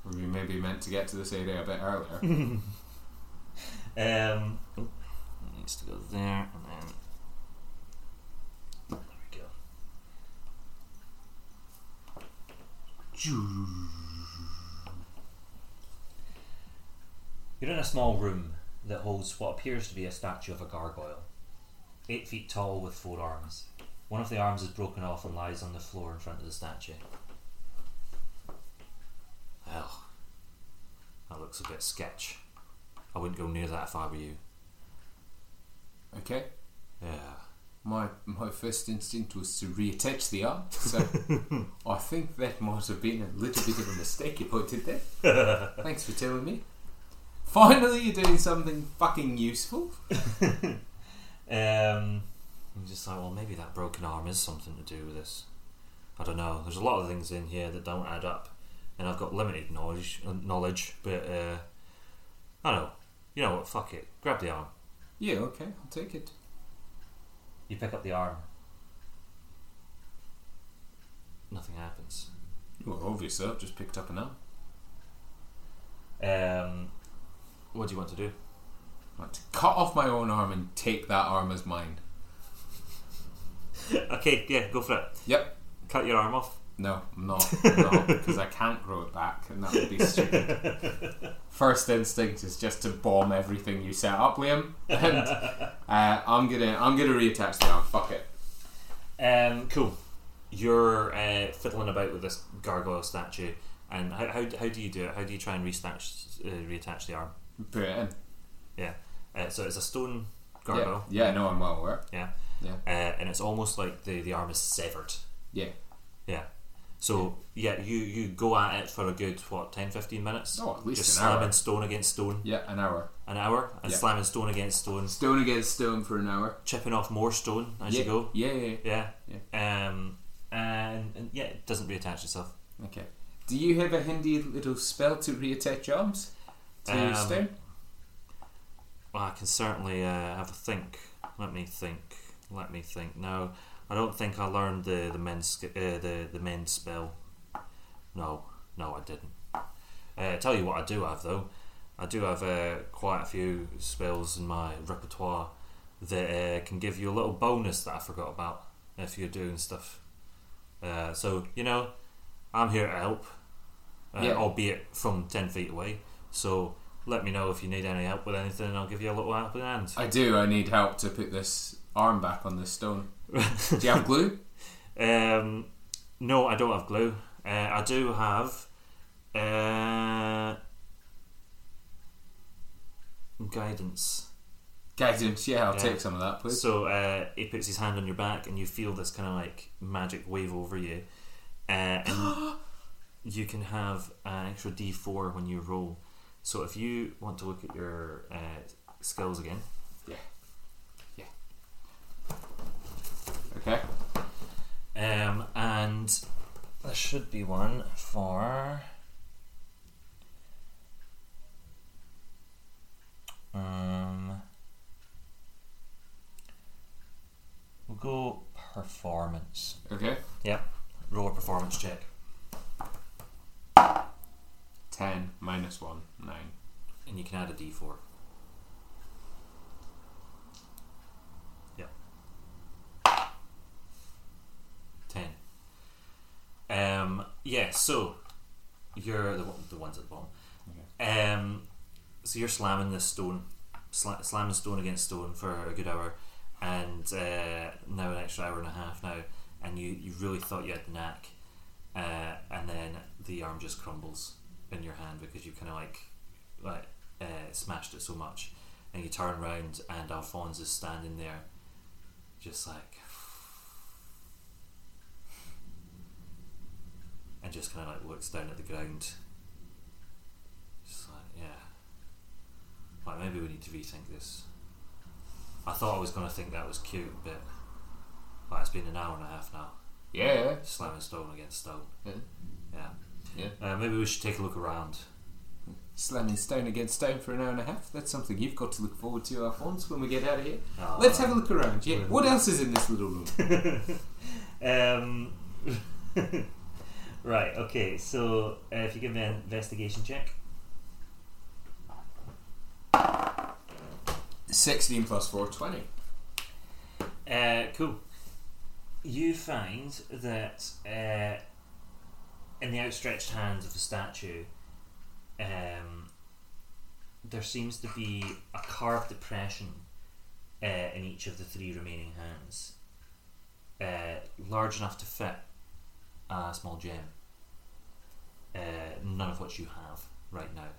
We may be meant to get to this area a bit earlier.
Um, oh, it needs to go there and then. There we go. You're in a small room that holds what appears to be a statue of a gargoyle. eight feet tall with four arms. One of the arms is broken off and lies on the floor in front of the statue. Well, that looks a bit sketch. I wouldn't go near that if I were you.
Okay.
Yeah.
My my first instinct was to reattach the arm, so I think that might have been a little bit of a mistake if I did that. Thanks for telling me. Finally, you're doing something fucking useful.
Um, I'm just like, well, maybe that broken arm is something to do with this. I don't know. There's a lot of things in here that don't add up, and I've got limited knowledge. uh, Knowledge, but uh, I don't know. You know what? Fuck it. Grab the arm.
Yeah, okay, I'll take it.
You pick up the arm. Nothing happens.
Well, obviously, I've just picked up an arm.
Um, what do you want to do?
I want to cut off my own arm and take that arm as mine.
okay, yeah, go for it.
Yep.
Cut your arm off.
No, I'm not. No, because I can't grow it back, and that would be stupid. First instinct is just to bomb everything you set up, Liam. And uh, I'm gonna, I'm gonna reattach the arm. Fuck it.
Um, cool. You're uh, fiddling about with this gargoyle statue, and how, how, how do you do it? How do you try and reattach uh, reattach the arm?
Put it in.
Yeah. Uh, so it's a stone
Yeah.
gargoyle.
yeah, no, I'm well aware.
Yeah.
Yeah,
Uh, and it's almost like the, the arm is severed.
yeah.
Yeah. So yeah, you, you go at it for a good what 10, 15 minutes.
Oh, at least
just
an hour.
slamming stone against stone,
Yeah, an hour.
an hour, and
Yeah.
slamming stone against stone,
Stone against stone for an hour.
chipping off more stone as
yeah.
you go.
Yeah, yeah, yeah.
Yeah. Um, and, and yeah, it doesn't reattach itself.
Okay. Do you have a handy little spell to reattach arms to
Um,
stone?
Well, I can certainly uh, have a think. Let me think. Let me think. No, I don't think I learned the the men's sk- uh, the the men's spell. No, no, I didn't. Uh, tell you what, I do have though. I do have uh, quite a few spells in my repertoire that uh, can give you a little bonus that I forgot about if you're doing stuff. Uh, so you know, I'm here to help, uh,
Yeah.
albeit from ten feet away. So let me know if you need any help with anything, and I'll give you a little helping hand.
I do. I need help to put this arm back on this stone. do you have glue?
Um, no, I don't have glue. Uh, I do have. Uh, guidance.
Guidance. Yeah, I'll
Yeah.
take some of that, please.
So uh, he puts his hand on your back, and you feel this kind of like magic wave over you, uh, and you can have an extra D four when you roll. So if you want to look at your uh, skills again,
Yeah. Yeah. Okay.
Um, and there should be one for. Um, we'll go performance.
Okay.
Yep. Roll a performance check.
10 minus 1, 9.
And you can add a d4. Yep. 10. Um, yeah, so you're the, one- the ones at the bottom. Um, so you're slamming this stone, sla- slamming stone against stone for a good hour, and uh, now an extra hour and a half now, and you, you really thought you had the knack, uh, and then the arm just crumbles in your hand because you kind of like like uh, smashed it so much, and you turn round and Alphonse is standing there, just like. And just kind of like looks down at the ground just like, yeah. Like, maybe we need to rethink this. I thought I was going to think that was cute, but. Like, it's been an hour and a half now.
Yeah.
Slamming stone against stone.
Yeah.
Yeah.
Yeah.
Uh, maybe we should take a look around.
Slamming stone against stone for an hour and a half. That's something you've got to look forward to, Alphonse, when we get out of here.
Uh,
Let's have a look around. Yeah.
we'll-
What else is in this little room?
Um, right, okay, so uh, if you give me an investigation check.
16 plus 4, 20.
Uh, cool. You find that uh, in the outstretched hands of the statue, um, there seems to be a carved depression uh, in each of the three remaining hands, uh, large enough to fit a small gem, uh, none of which you have right now.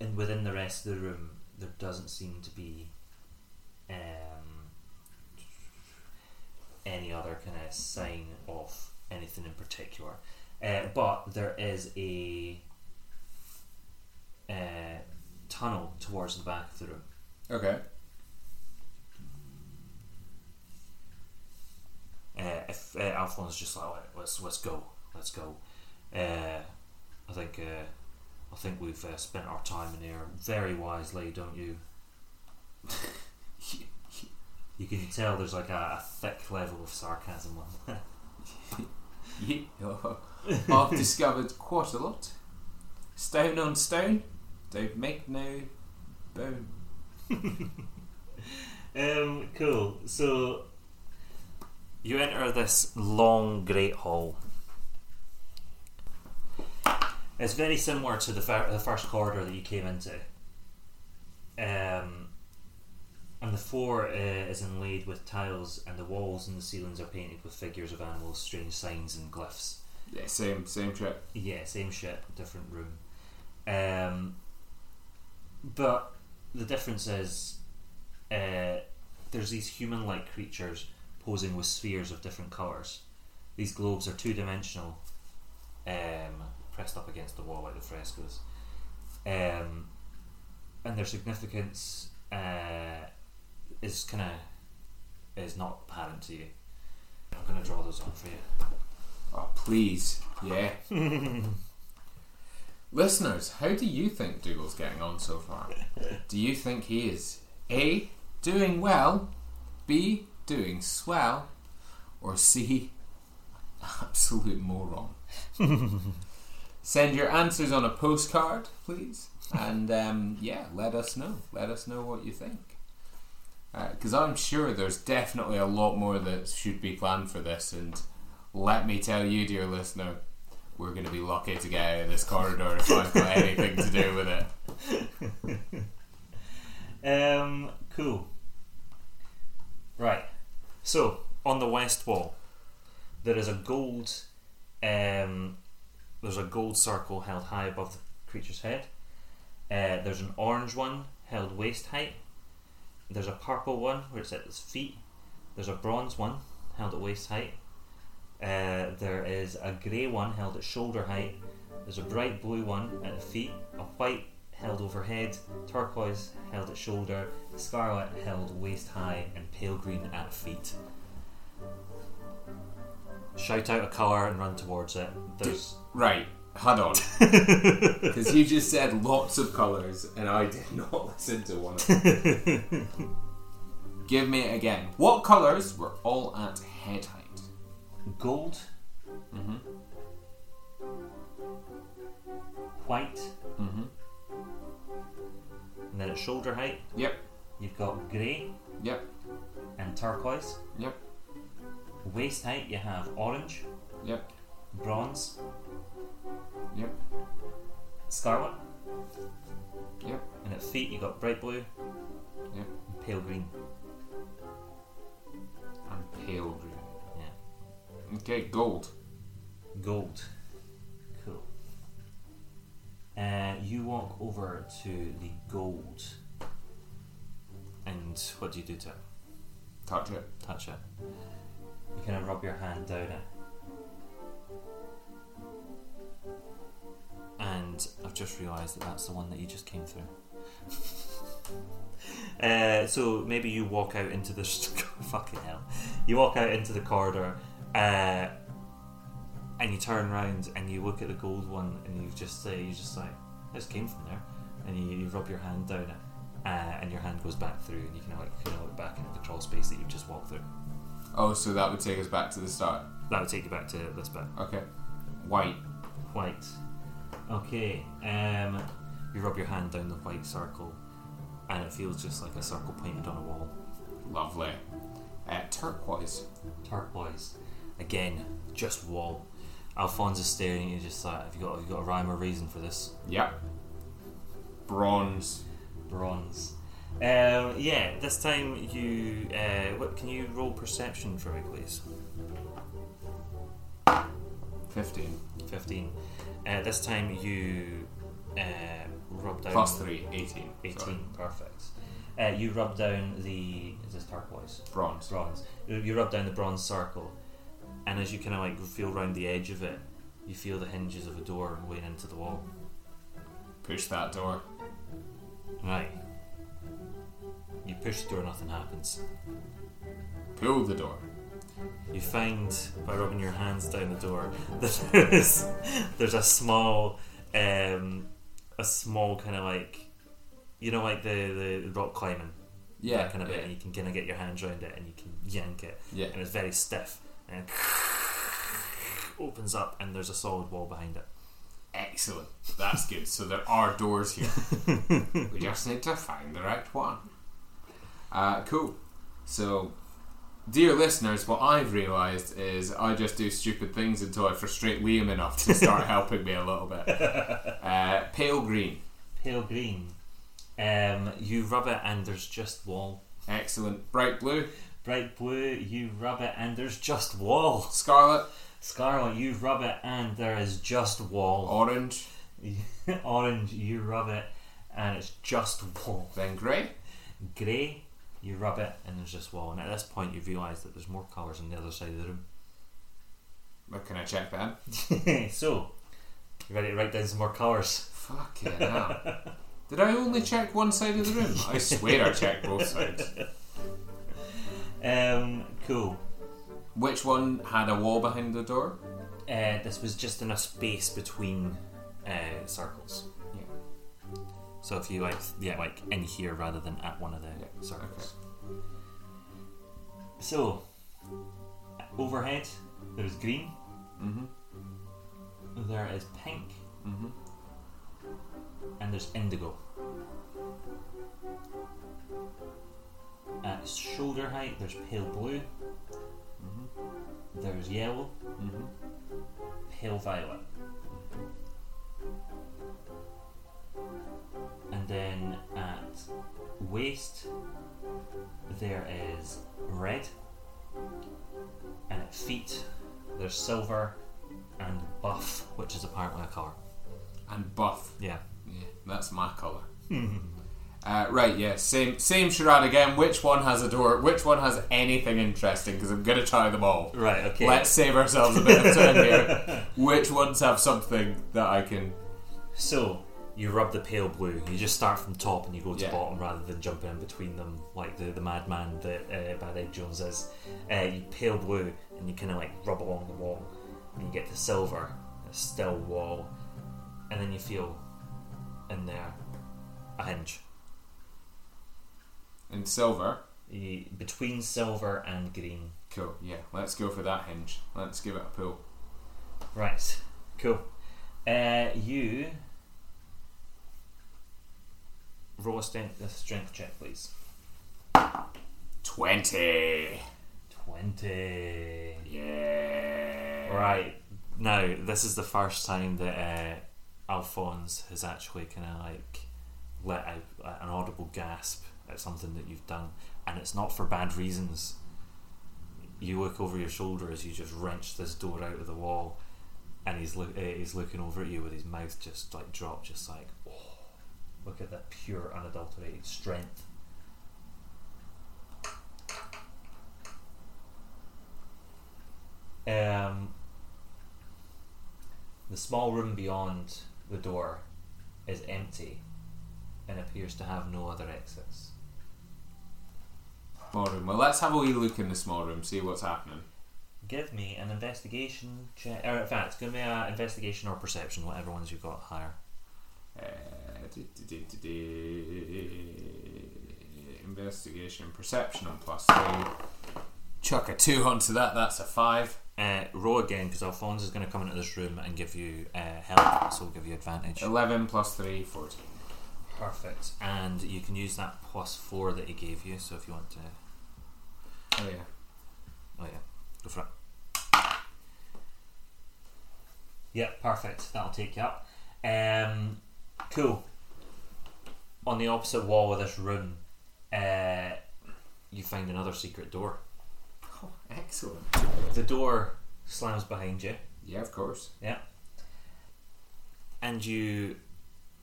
And within the rest of the room, there doesn't seem to be um, any other kind of sign of anything in particular. Uh, but there is a uh, tunnel towards the back of the room.
Okay.
Uh, if uh, Alphonse just like "Right, let's let's go, let's go. Uh, I think uh, I think we've uh, spent our time in here very wisely, don't you? You can tell there's like a, a thick level of sarcasm on that.
Ye- I've discovered quite a lot. Stone on stone, don't make no bone.
Um, cool. So you enter this long, great hall. It's very similar to the fir- the first corridor that you came into. Um, and the floor uh, is inlaid with tiles, and the walls and the ceilings are painted with figures of animals, strange signs, and glyphs.
Yeah, same same trip.
Yeah, same shit, different room. Um, but the difference is uh, there's these human like creatures posing with spheres of different colours. These globes are two dimensional, um, pressed up against the wall like the frescoes. Um, and their significance uh, is kind of is not apparent to you. I'm going to draw those on for you.
Oh please, yeah. Listeners, how do you think Dougal's getting on so far? Do you think he is A doing well, B doing swell, or C absolute moron? Send your answers on a postcard, please, and um, yeah, let us know. Let us know what you think, because I'm sure there's definitely a lot more that should be planned for this. And let me tell you, dear listener, we're going to be lucky to get out of this corridor if I've got anything to do with it.
Um, cool. Right. So on the west wall, there is a gold. Um, there's a gold circle held high above the creature's head. Uh, there's an orange one held waist height. There's a purple one where it's at its feet. There's a bronze one held at waist height. Uh, there is a grey one held at shoulder height. There's a bright blue one at the feet. A white held overhead. Turquoise held at shoulder. Scarlet held waist high. And pale green at feet. Shout out a colour and run towards it. There's
Right, hold on. Because you just said lots of colours and I did not listen to one of them. Give me it again. What colours were all at head height?
gold, white,
Mhm.
and then at shoulder height
Yep,
you've got grey
yep,
and turquoise.
yep,
Waist height you have orange,
yep,
bronze,
yep,
scarlet,
yep,
and at feet you got bright blue
yep.
and pale green.
And pale green.
Yeah.
Okay, gold.
Gold. Cool. Uh, you walk over to the gold, and what do you do to it?
Touch it.
Touch it. You kind of rub your hand down it. And I've just realised that that's the one that you just came through. uh, so maybe you walk out into this fucking hell. You walk out into the corridor, uh, and you turn around and you look at the gold one, and you just say, you just like, this came from there, and you, you rub your hand down it uh, and your hand goes back through, and you can like kind of look back into the crawl space that you've just walked through.
Oh, so that would take us back to the start.
That would take you back to this bit.
Okay. White.
White. Okay. Um, you rub your hand down the white circle, and it feels just like a circle painted on a wall.
Lovely. Uh, turquoise.
Turquoise. Again, just wall. Alphonse is staring at you, just like, have you got have you got a rhyme or reason for this?
Yep. Bronze.
Bronze. Um, yeah, this time you. Uh, what can you roll perception for me, please?
15.
Fifteen. Uh, this time you uh, rub down
Plus 3, 18.
eighteen.
Sorry.
Perfect. Uh,
Mm.
you rub down the is this turquoise
Bronze.
bronze. You, you rub down the bronze circle, and as you kind of like feel round the edge of it, you feel the hinges of a door weighing into the wall.
Push that door.
Right. You push the door, nothing happens.
Pull the door.
You find by rubbing your hands down the door that there's there's a small um a small kind of like you know like the, the rock climbing
Yeah.
that kind of
yeah,
bit and you can kind of get your hands around it and you can yank it
Yeah.
and it's very stiff and opens up and there's a solid wall behind it
Excellent. That's good. So there are doors here. we just need to find the right one. Uh, cool. So, dear listeners, what I've realised is I just do stupid things until I frustrate Liam enough to start helping me a little bit. Uh, pale green.
pale green um you rub it and there's just wall
Excellent. Bright blue.
bright blue you rub it and there's just wall
Scarlet.
scarlet you rub it and there is just wall
Orange.
orange, you rub it, and it's just wall.
Then grey.
Grey, you rub it, and there's just wall. And at this point, you realise that there's more colours on the other side of the
Where can I check that?
room. so, you ready to write down some more colours?
Fucking hell. Did I only check one side of the room? I swear I checked both sides.
Um, cool.
Which one had a wall behind the door?
Uh, this was just in a space between uh, circles. Yeah. So if you like, yeah, like in here rather than at one of the
Yeah,
circles. So, overhead, there is green.
Mm-hmm.
There is pink
Mm-hmm.
and there's indigo. At shoulder height, there's pale blue,
Mm-hmm.
there's yellow,
Mm-hmm.
pale violet. And then at waist, there is red, and at feet, there's silver and buff, which is apparently a colour.
And buff.
Yeah.
Yeah, that's my colour. Uh, right, yeah, same same charade again. Which one has a door? Which one has anything interesting? Because I'm gonna try them all.
Right, okay.
Let's save ourselves a bit of time here. Which ones have something that I can?
So you rub the pale blue. You just start from top and you go to
Yeah.
bottom rather than jumping in between them like the, the madman that uh, Bad Egg Jones is. Uh, you pale blue and you kind of like rub along the wall and you get to silver, a still wall, and then you feel in there a hinge
In silver.
You- between silver and green.
Cool. Yeah, let's go for that hinge. Let's give it a pull.
Right, cool. Uh, you roll a strength, a strength check, please.
Twenty.
20.
Yeah.
Right. Now, this is the first time that uh, Alphonse has actually kind of like let out uh, an audible gasp at something that you've done, and it's not for bad reasons. You look over your shoulder as you just wrench this door out of the wall, and he's look uh, he's looking over at you with his mouth just like dropped, just like oh, look at that pure unadulterated strength. Um, the small room beyond the door is empty and appears to have no other exits.
Small room. Well, let's have a wee look in the small room. See what's happening.
Give me an investigation check. Or in fact, give me an investigation or perception, whatever ones you've got higher.
Uh, do, do, do, do, do. Investigation, perception on plus three. Chuck a two onto that. That's a five.
Uh, roll again because Alphonse is going to come into this room and give you uh, help, so we'll give you advantage.
Eleven plus three, fourteen.
Perfect. And you can use that plus four that he gave you, so if you want to.
Oh yeah.
Oh, yeah, go for it. Yep, perfect. That'll take you up. Um, cool. On the opposite wall of this room uh, you find another secret door.
Oh, excellent.
The door slams behind you.
Yeah, of course.
Yeah. And you,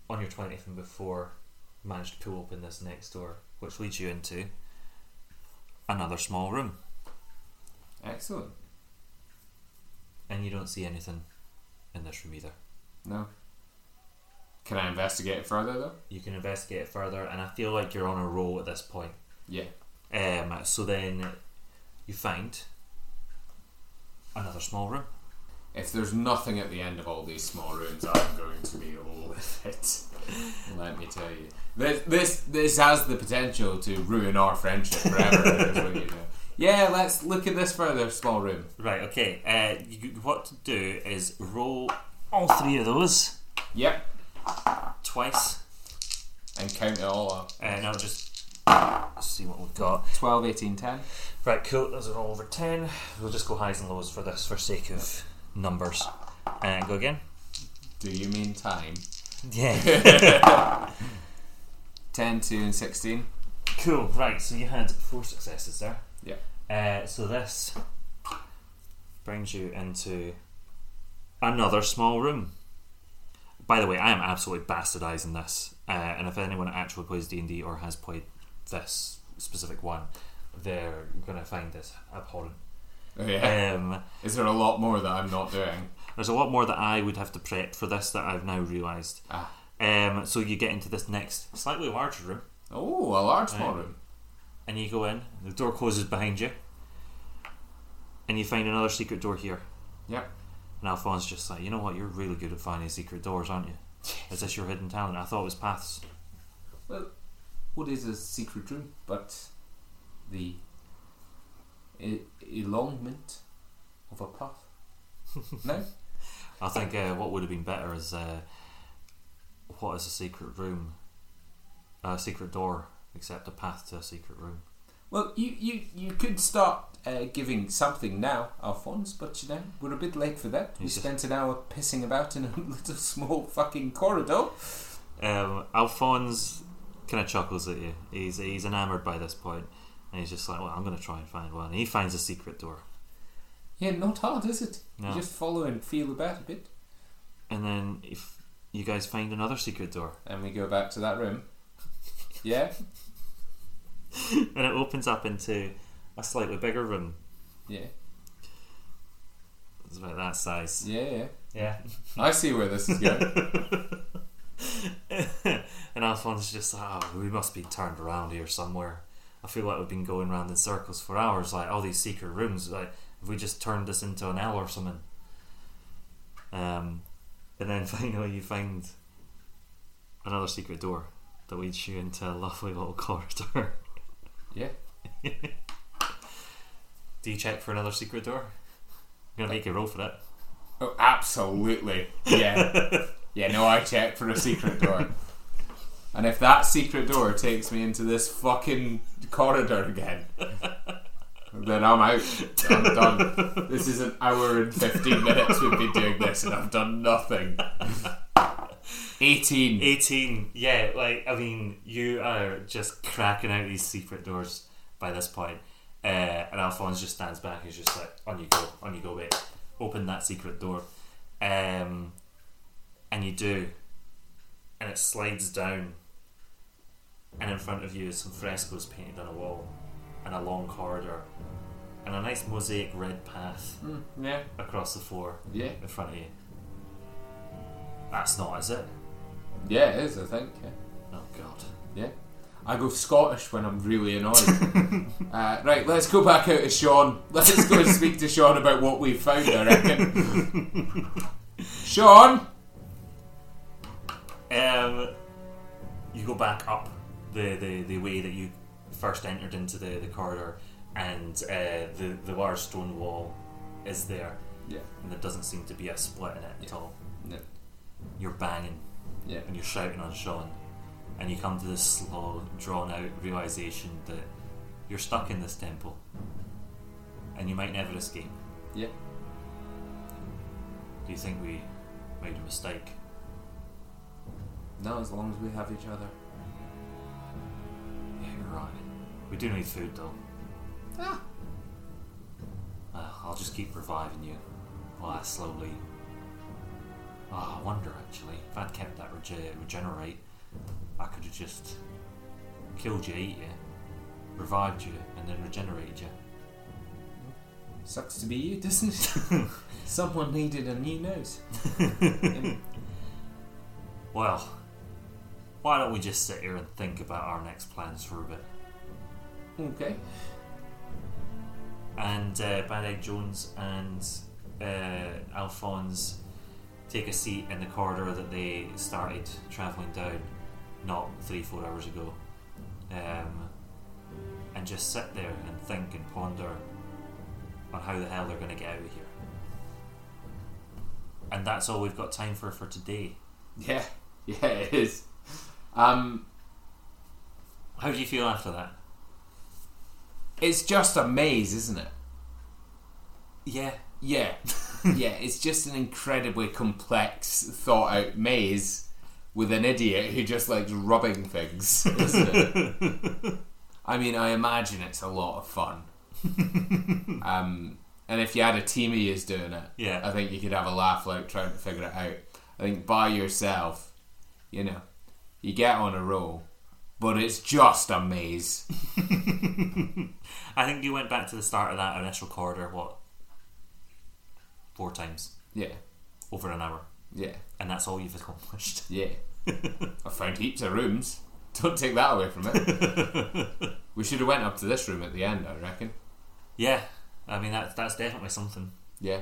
on your 20th and before, manage to pull open this next door, which leads you into another small room.
Excellent.
And you don't see anything in this room either.
No. Can I investigate it further though?
You can investigate it further, and I feel like you're on a roll at this point.
Yeah.
Um, so then you find another small room.
If there's nothing at the end of all these small rooms, I'm going to be all with it. Let me tell you, this this this has the potential to ruin our friendship forever. is what you know. Yeah, let's look at this further small room.
Right, okay. Uh, you, what to do is roll all three of those
Yep,
twice.
and count it all up.
Uh, and I'll just see what we've got.
12, 18, 10.
Right, cool. Those are all over 10. We'll just go highs and lows for this for sake of numbers. And go again.
Do you mean time?
Yeah.
10, 2, and 16.
cool. Right, so you had four successes there.
Yeah.
Uh, so this brings you into another small room. By the way, I am absolutely bastardizing this, uh, and if anyone actually plays D and D or has played this specific one, they're gonna find this abhorrent.
Oh, yeah.
Um,
Is there a lot more that I'm not doing?
there's a lot more that I would have to prep for this that I've now realised.
Ah.
Um, so you get into this next slightly larger room,
Oh, a large small
Right.
room.
and you go in. The door closes behind you, and you find another secret door here.
Yep.
And Alphonse just like, you know what, you're really good at finding secret doors, aren't you? Is this your hidden talent? I thought it was paths.
Well, what is a secret room but the e- elongment of a path? no?
I think uh, what would have been better is uh, what is a secret room? A secret door, except a path to a secret room.
Well, you, you, you could start uh, giving something now, Alphonse, but you know, we're a bit late for that. We
Yes.
spent an hour pissing about in a little small fucking corridor.
Um, Alphonse kind of chuckles at you. He's he's enamoured by this point, and he's just like, well, I'm going to try and find one. And he finds a secret door.
Yeah, not hard, is it?
No.
You just follow and feel about a bit.
And then if you guys find another secret door,
And we go back to that room. Yeah?
and it opens up into a slightly bigger room.
Yeah.
It's about that size.
Yeah, yeah.
yeah.
I see where this is going.
and Alphonse is just like, oh, we must be turned around here somewhere. I feel like we've been going round in circles for hours, like all these secret rooms. Like, if we just turned this into an L or something. Um, and then finally, you find another secret door that leads you into a lovely little corridor.
yeah.
Do you check for another secret door? I'm gonna make you roll for it.
Oh, absolutely. Yeah. yeah, no, I check for a secret door. And if that secret door takes me into this fucking corridor again, then I'm out. I'm done. This is an hour and 15 minutes we've been doing this, and I've done nothing. 18.
18 yeah like i mean you are just cracking out these secret doors by this point uh, and alphonse just stands back and is just like on you go on you go mate open that secret door um, and you do and it slides down and in front of you is some frescoes painted on a wall and a long corridor and a nice mosaic red path
Mm, yeah.
across the floor
Yeah.
in front of you that's not is it
Yeah, it is, I think. Yeah.
oh god
Yeah. I go Scottish when I'm really annoyed. uh, right, let's go back out to Sean. Let's go and speak to Sean about what we've found, I reckon. Sean!
Um, you go back up the, the, the way that you first entered into the, the corridor, and uh, the, the large stone wall is there,
Yeah.
and there doesn't seem to be a split in it at all.
No.
You're banging
Yeah.
and you're shouting on Sean, and you come to this slow, drawn out realization that you're stuck in this temple and you might never escape.
Yeah.
Do you think we made a mistake?
No, as long as we have each other.
Yeah, you're right. We do need food though.
Ah.
Uh, I'll just keep reviving you while I slowly. Ah, I wonder actually if I'd kept that rege- regenerate, I could have just killed you, eat you, revived you, and then regenerated you.
Sucks to be you, doesn't it? Someone needed a new nose.
Well, why don't we just sit here and think about our next plans for a bit?
okay.
And uh, Bad Egg Jones and uh, Alphonse take a seat in the corridor that they started travelling down not three, four hours ago. Um, and just sit there and think and ponder on how the hell they're going to get out of here. And that's all we've got time for for today.
Yeah, yeah, it is. Um,
How do you feel after that?
it's just a maze, isn't it?
Yeah,
Yeah, yeah. It's just an incredibly complex, thought-out maze with an idiot who just likes rubbing things, isn't it? I mean, I imagine it's a lot of fun. um, and if you had a team of yous doing it,
Yeah.
I think you could have a laugh like trying to figure it out. I think by yourself, you know, you get on a roll, but it's just a maze.
I think you went back to the start of that initial corridor, what? Four times.
Yeah,
Over an hour.
yeah,
And that's all you've accomplished.
yeah. I found heaps of rooms. Don't take that away from it. we should have went up to this room at the end, I reckon.
Yeah. I mean, that, that's definitely something.
Yeah.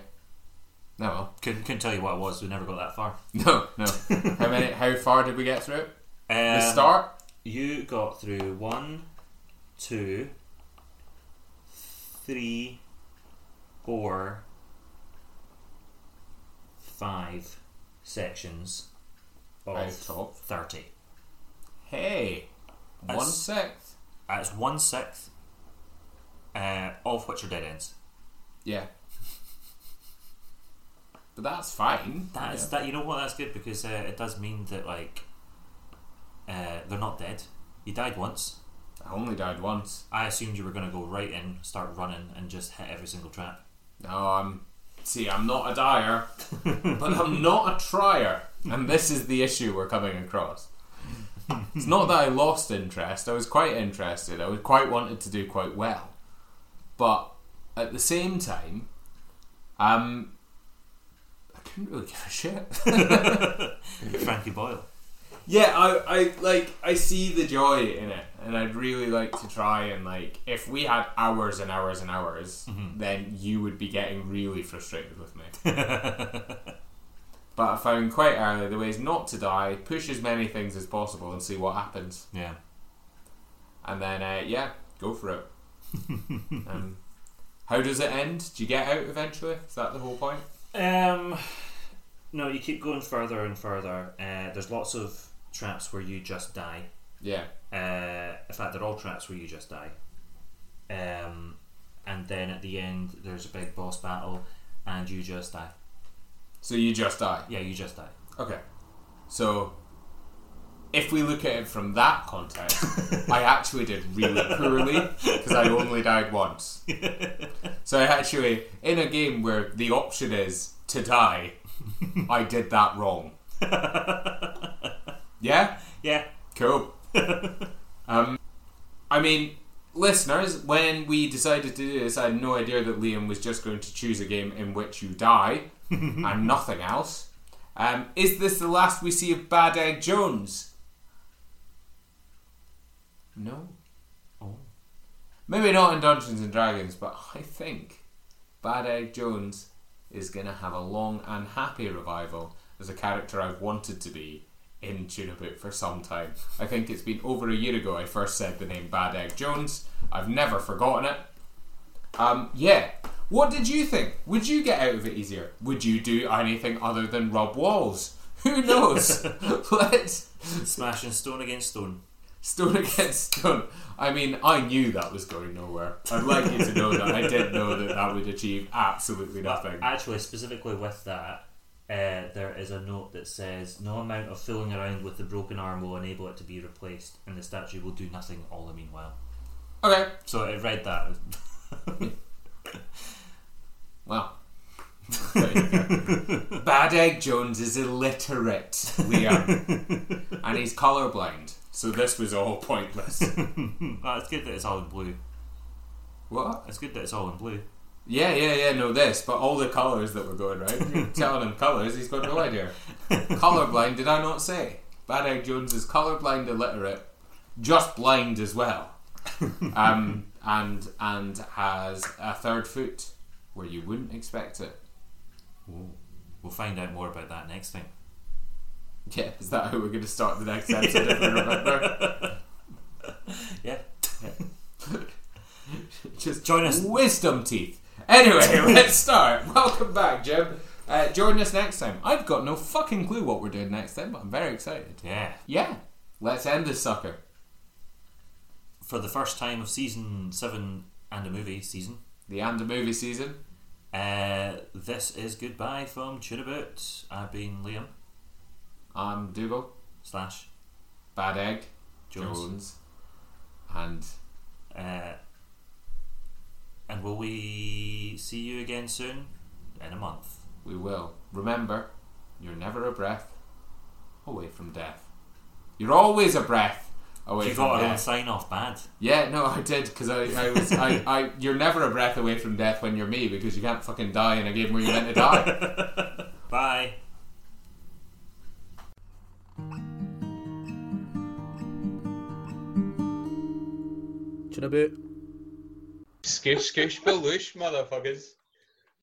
No, well,
Couldn't, couldn't tell you what it was, we never got that far.
no, no. how many? How far did we get through? it? The
Um,
start.
You got through one, two, three, four, five sections of
Out of top.
30.
Hey, one
That's-
sixth.
Uh, it's one sixth, uh, all of which are dead ends.
Yeah. But that's fine.
That is that. You know what? That's good because uh, it does mean that like uh, they're not dead. You died once.
I only died once.
I assumed you were going to go right in, start running, and just hit every single trap.
No, I'm. See, I'm not a dyer, but I'm not a trier, and this is the issue we're coming across. It's not that I lost interest. I was quite interested. I was quite wanted to do quite well, but at the same time, um, I couldn't really give a shit.
Frankie Boyle.
Yeah, I, I like I see the joy in it, and I'd really like to try and like if we had hours and hours and hours, then you would be getting really frustrated with me. but I found quite early the ways not to die: push as many things as possible and see what happens,
Yeah.
and then uh, yeah, go for it. um, how does it end? Do you get out eventually? Is that the whole point?
Um, no, you keep going further and further. Uh, there's lots of traps where you just die.
Yeah,
Uh, in fact, they're all traps where you just die. Um, and then at the end, there's a big boss battle, and you just die.
so you just die.
Yeah, you just die.
Okay. So, if we look at it from that context, I actually did really poorly because I only died once. So, I actually, in a game where the option is to die, I did that wrong. yeah?
Yeah.
Cool. um, I mean, listeners, when we decided to do this, I had no idea that Liam was just going to choose a game in which you die and nothing else. Um, is this the last we see of Bad Egg Jones? No.
Oh.
Maybe not in Dungeons and Dragons, but I think Bad Egg Jones is going to have a long and happy revival as a character I've wanted to be in Tuna Boot for some time. I think it's been over a year ago I first said the name Bad Egg Jones. I've never forgotten it. Um, yeah. What did you think? Would you get out of it easier? Would you do anything other than rub walls? Who knows? Let's
Smashing stone against stone.
Stone against stone. I mean, I knew that was going nowhere. I'd like you to know that I did know that that would achieve absolutely nothing.
Actually, specifically with that, uh, there is a note that says no amount of fooling around with the broken arm will enable it to be replaced, and the statue will do nothing all the meanwhile.
Okay.
So I read that.
Well. There you go. Bad Egg Jones is illiterate, Liam. and he's colourblind. So this was all pointless.
oh, it's good that it's all in blue.
what?
It's good that it's all in blue.
Yeah, yeah, yeah, no, this, but all the colours that were going right. You're telling him colours, he's got no idea. colourblind, did I not say? Bad Egg Jones is colourblind, illiterate, just blind as well. Um, and and has a third foot where you wouldn't expect it.
We'll find out more about that next time.
Yeah, is that how we're going to start the next episode? if I remember,
Yeah.
just
Join us.
wisdom teeth. Anyway, let's start. Welcome back, Jim. Uh, join us next time. I've got no fucking clue what we're doing next time, but I'm very excited.
Yeah.
Yeah, let's end this sucker.
For the first time of season seven and a movie season,
The and the movie season.
uh, this is goodbye from Tunabout. I've been Liam
I'm Dougal,
slash
Bad Egg,
Jones.
Jones, and
Uh, and will we see you again soon? In a month.
we will. Remember, you're never a breath away from death. You're always a breath away
You
from
got our own
death.
sign off bad.
Yeah, no, I did because I, I was I, I you're never a breath away from death when you're me because you can't fucking die in a game where you're meant to die.
Bye.
Chinaboot.
Skoosh, skoosh, baloosh, motherfuckers.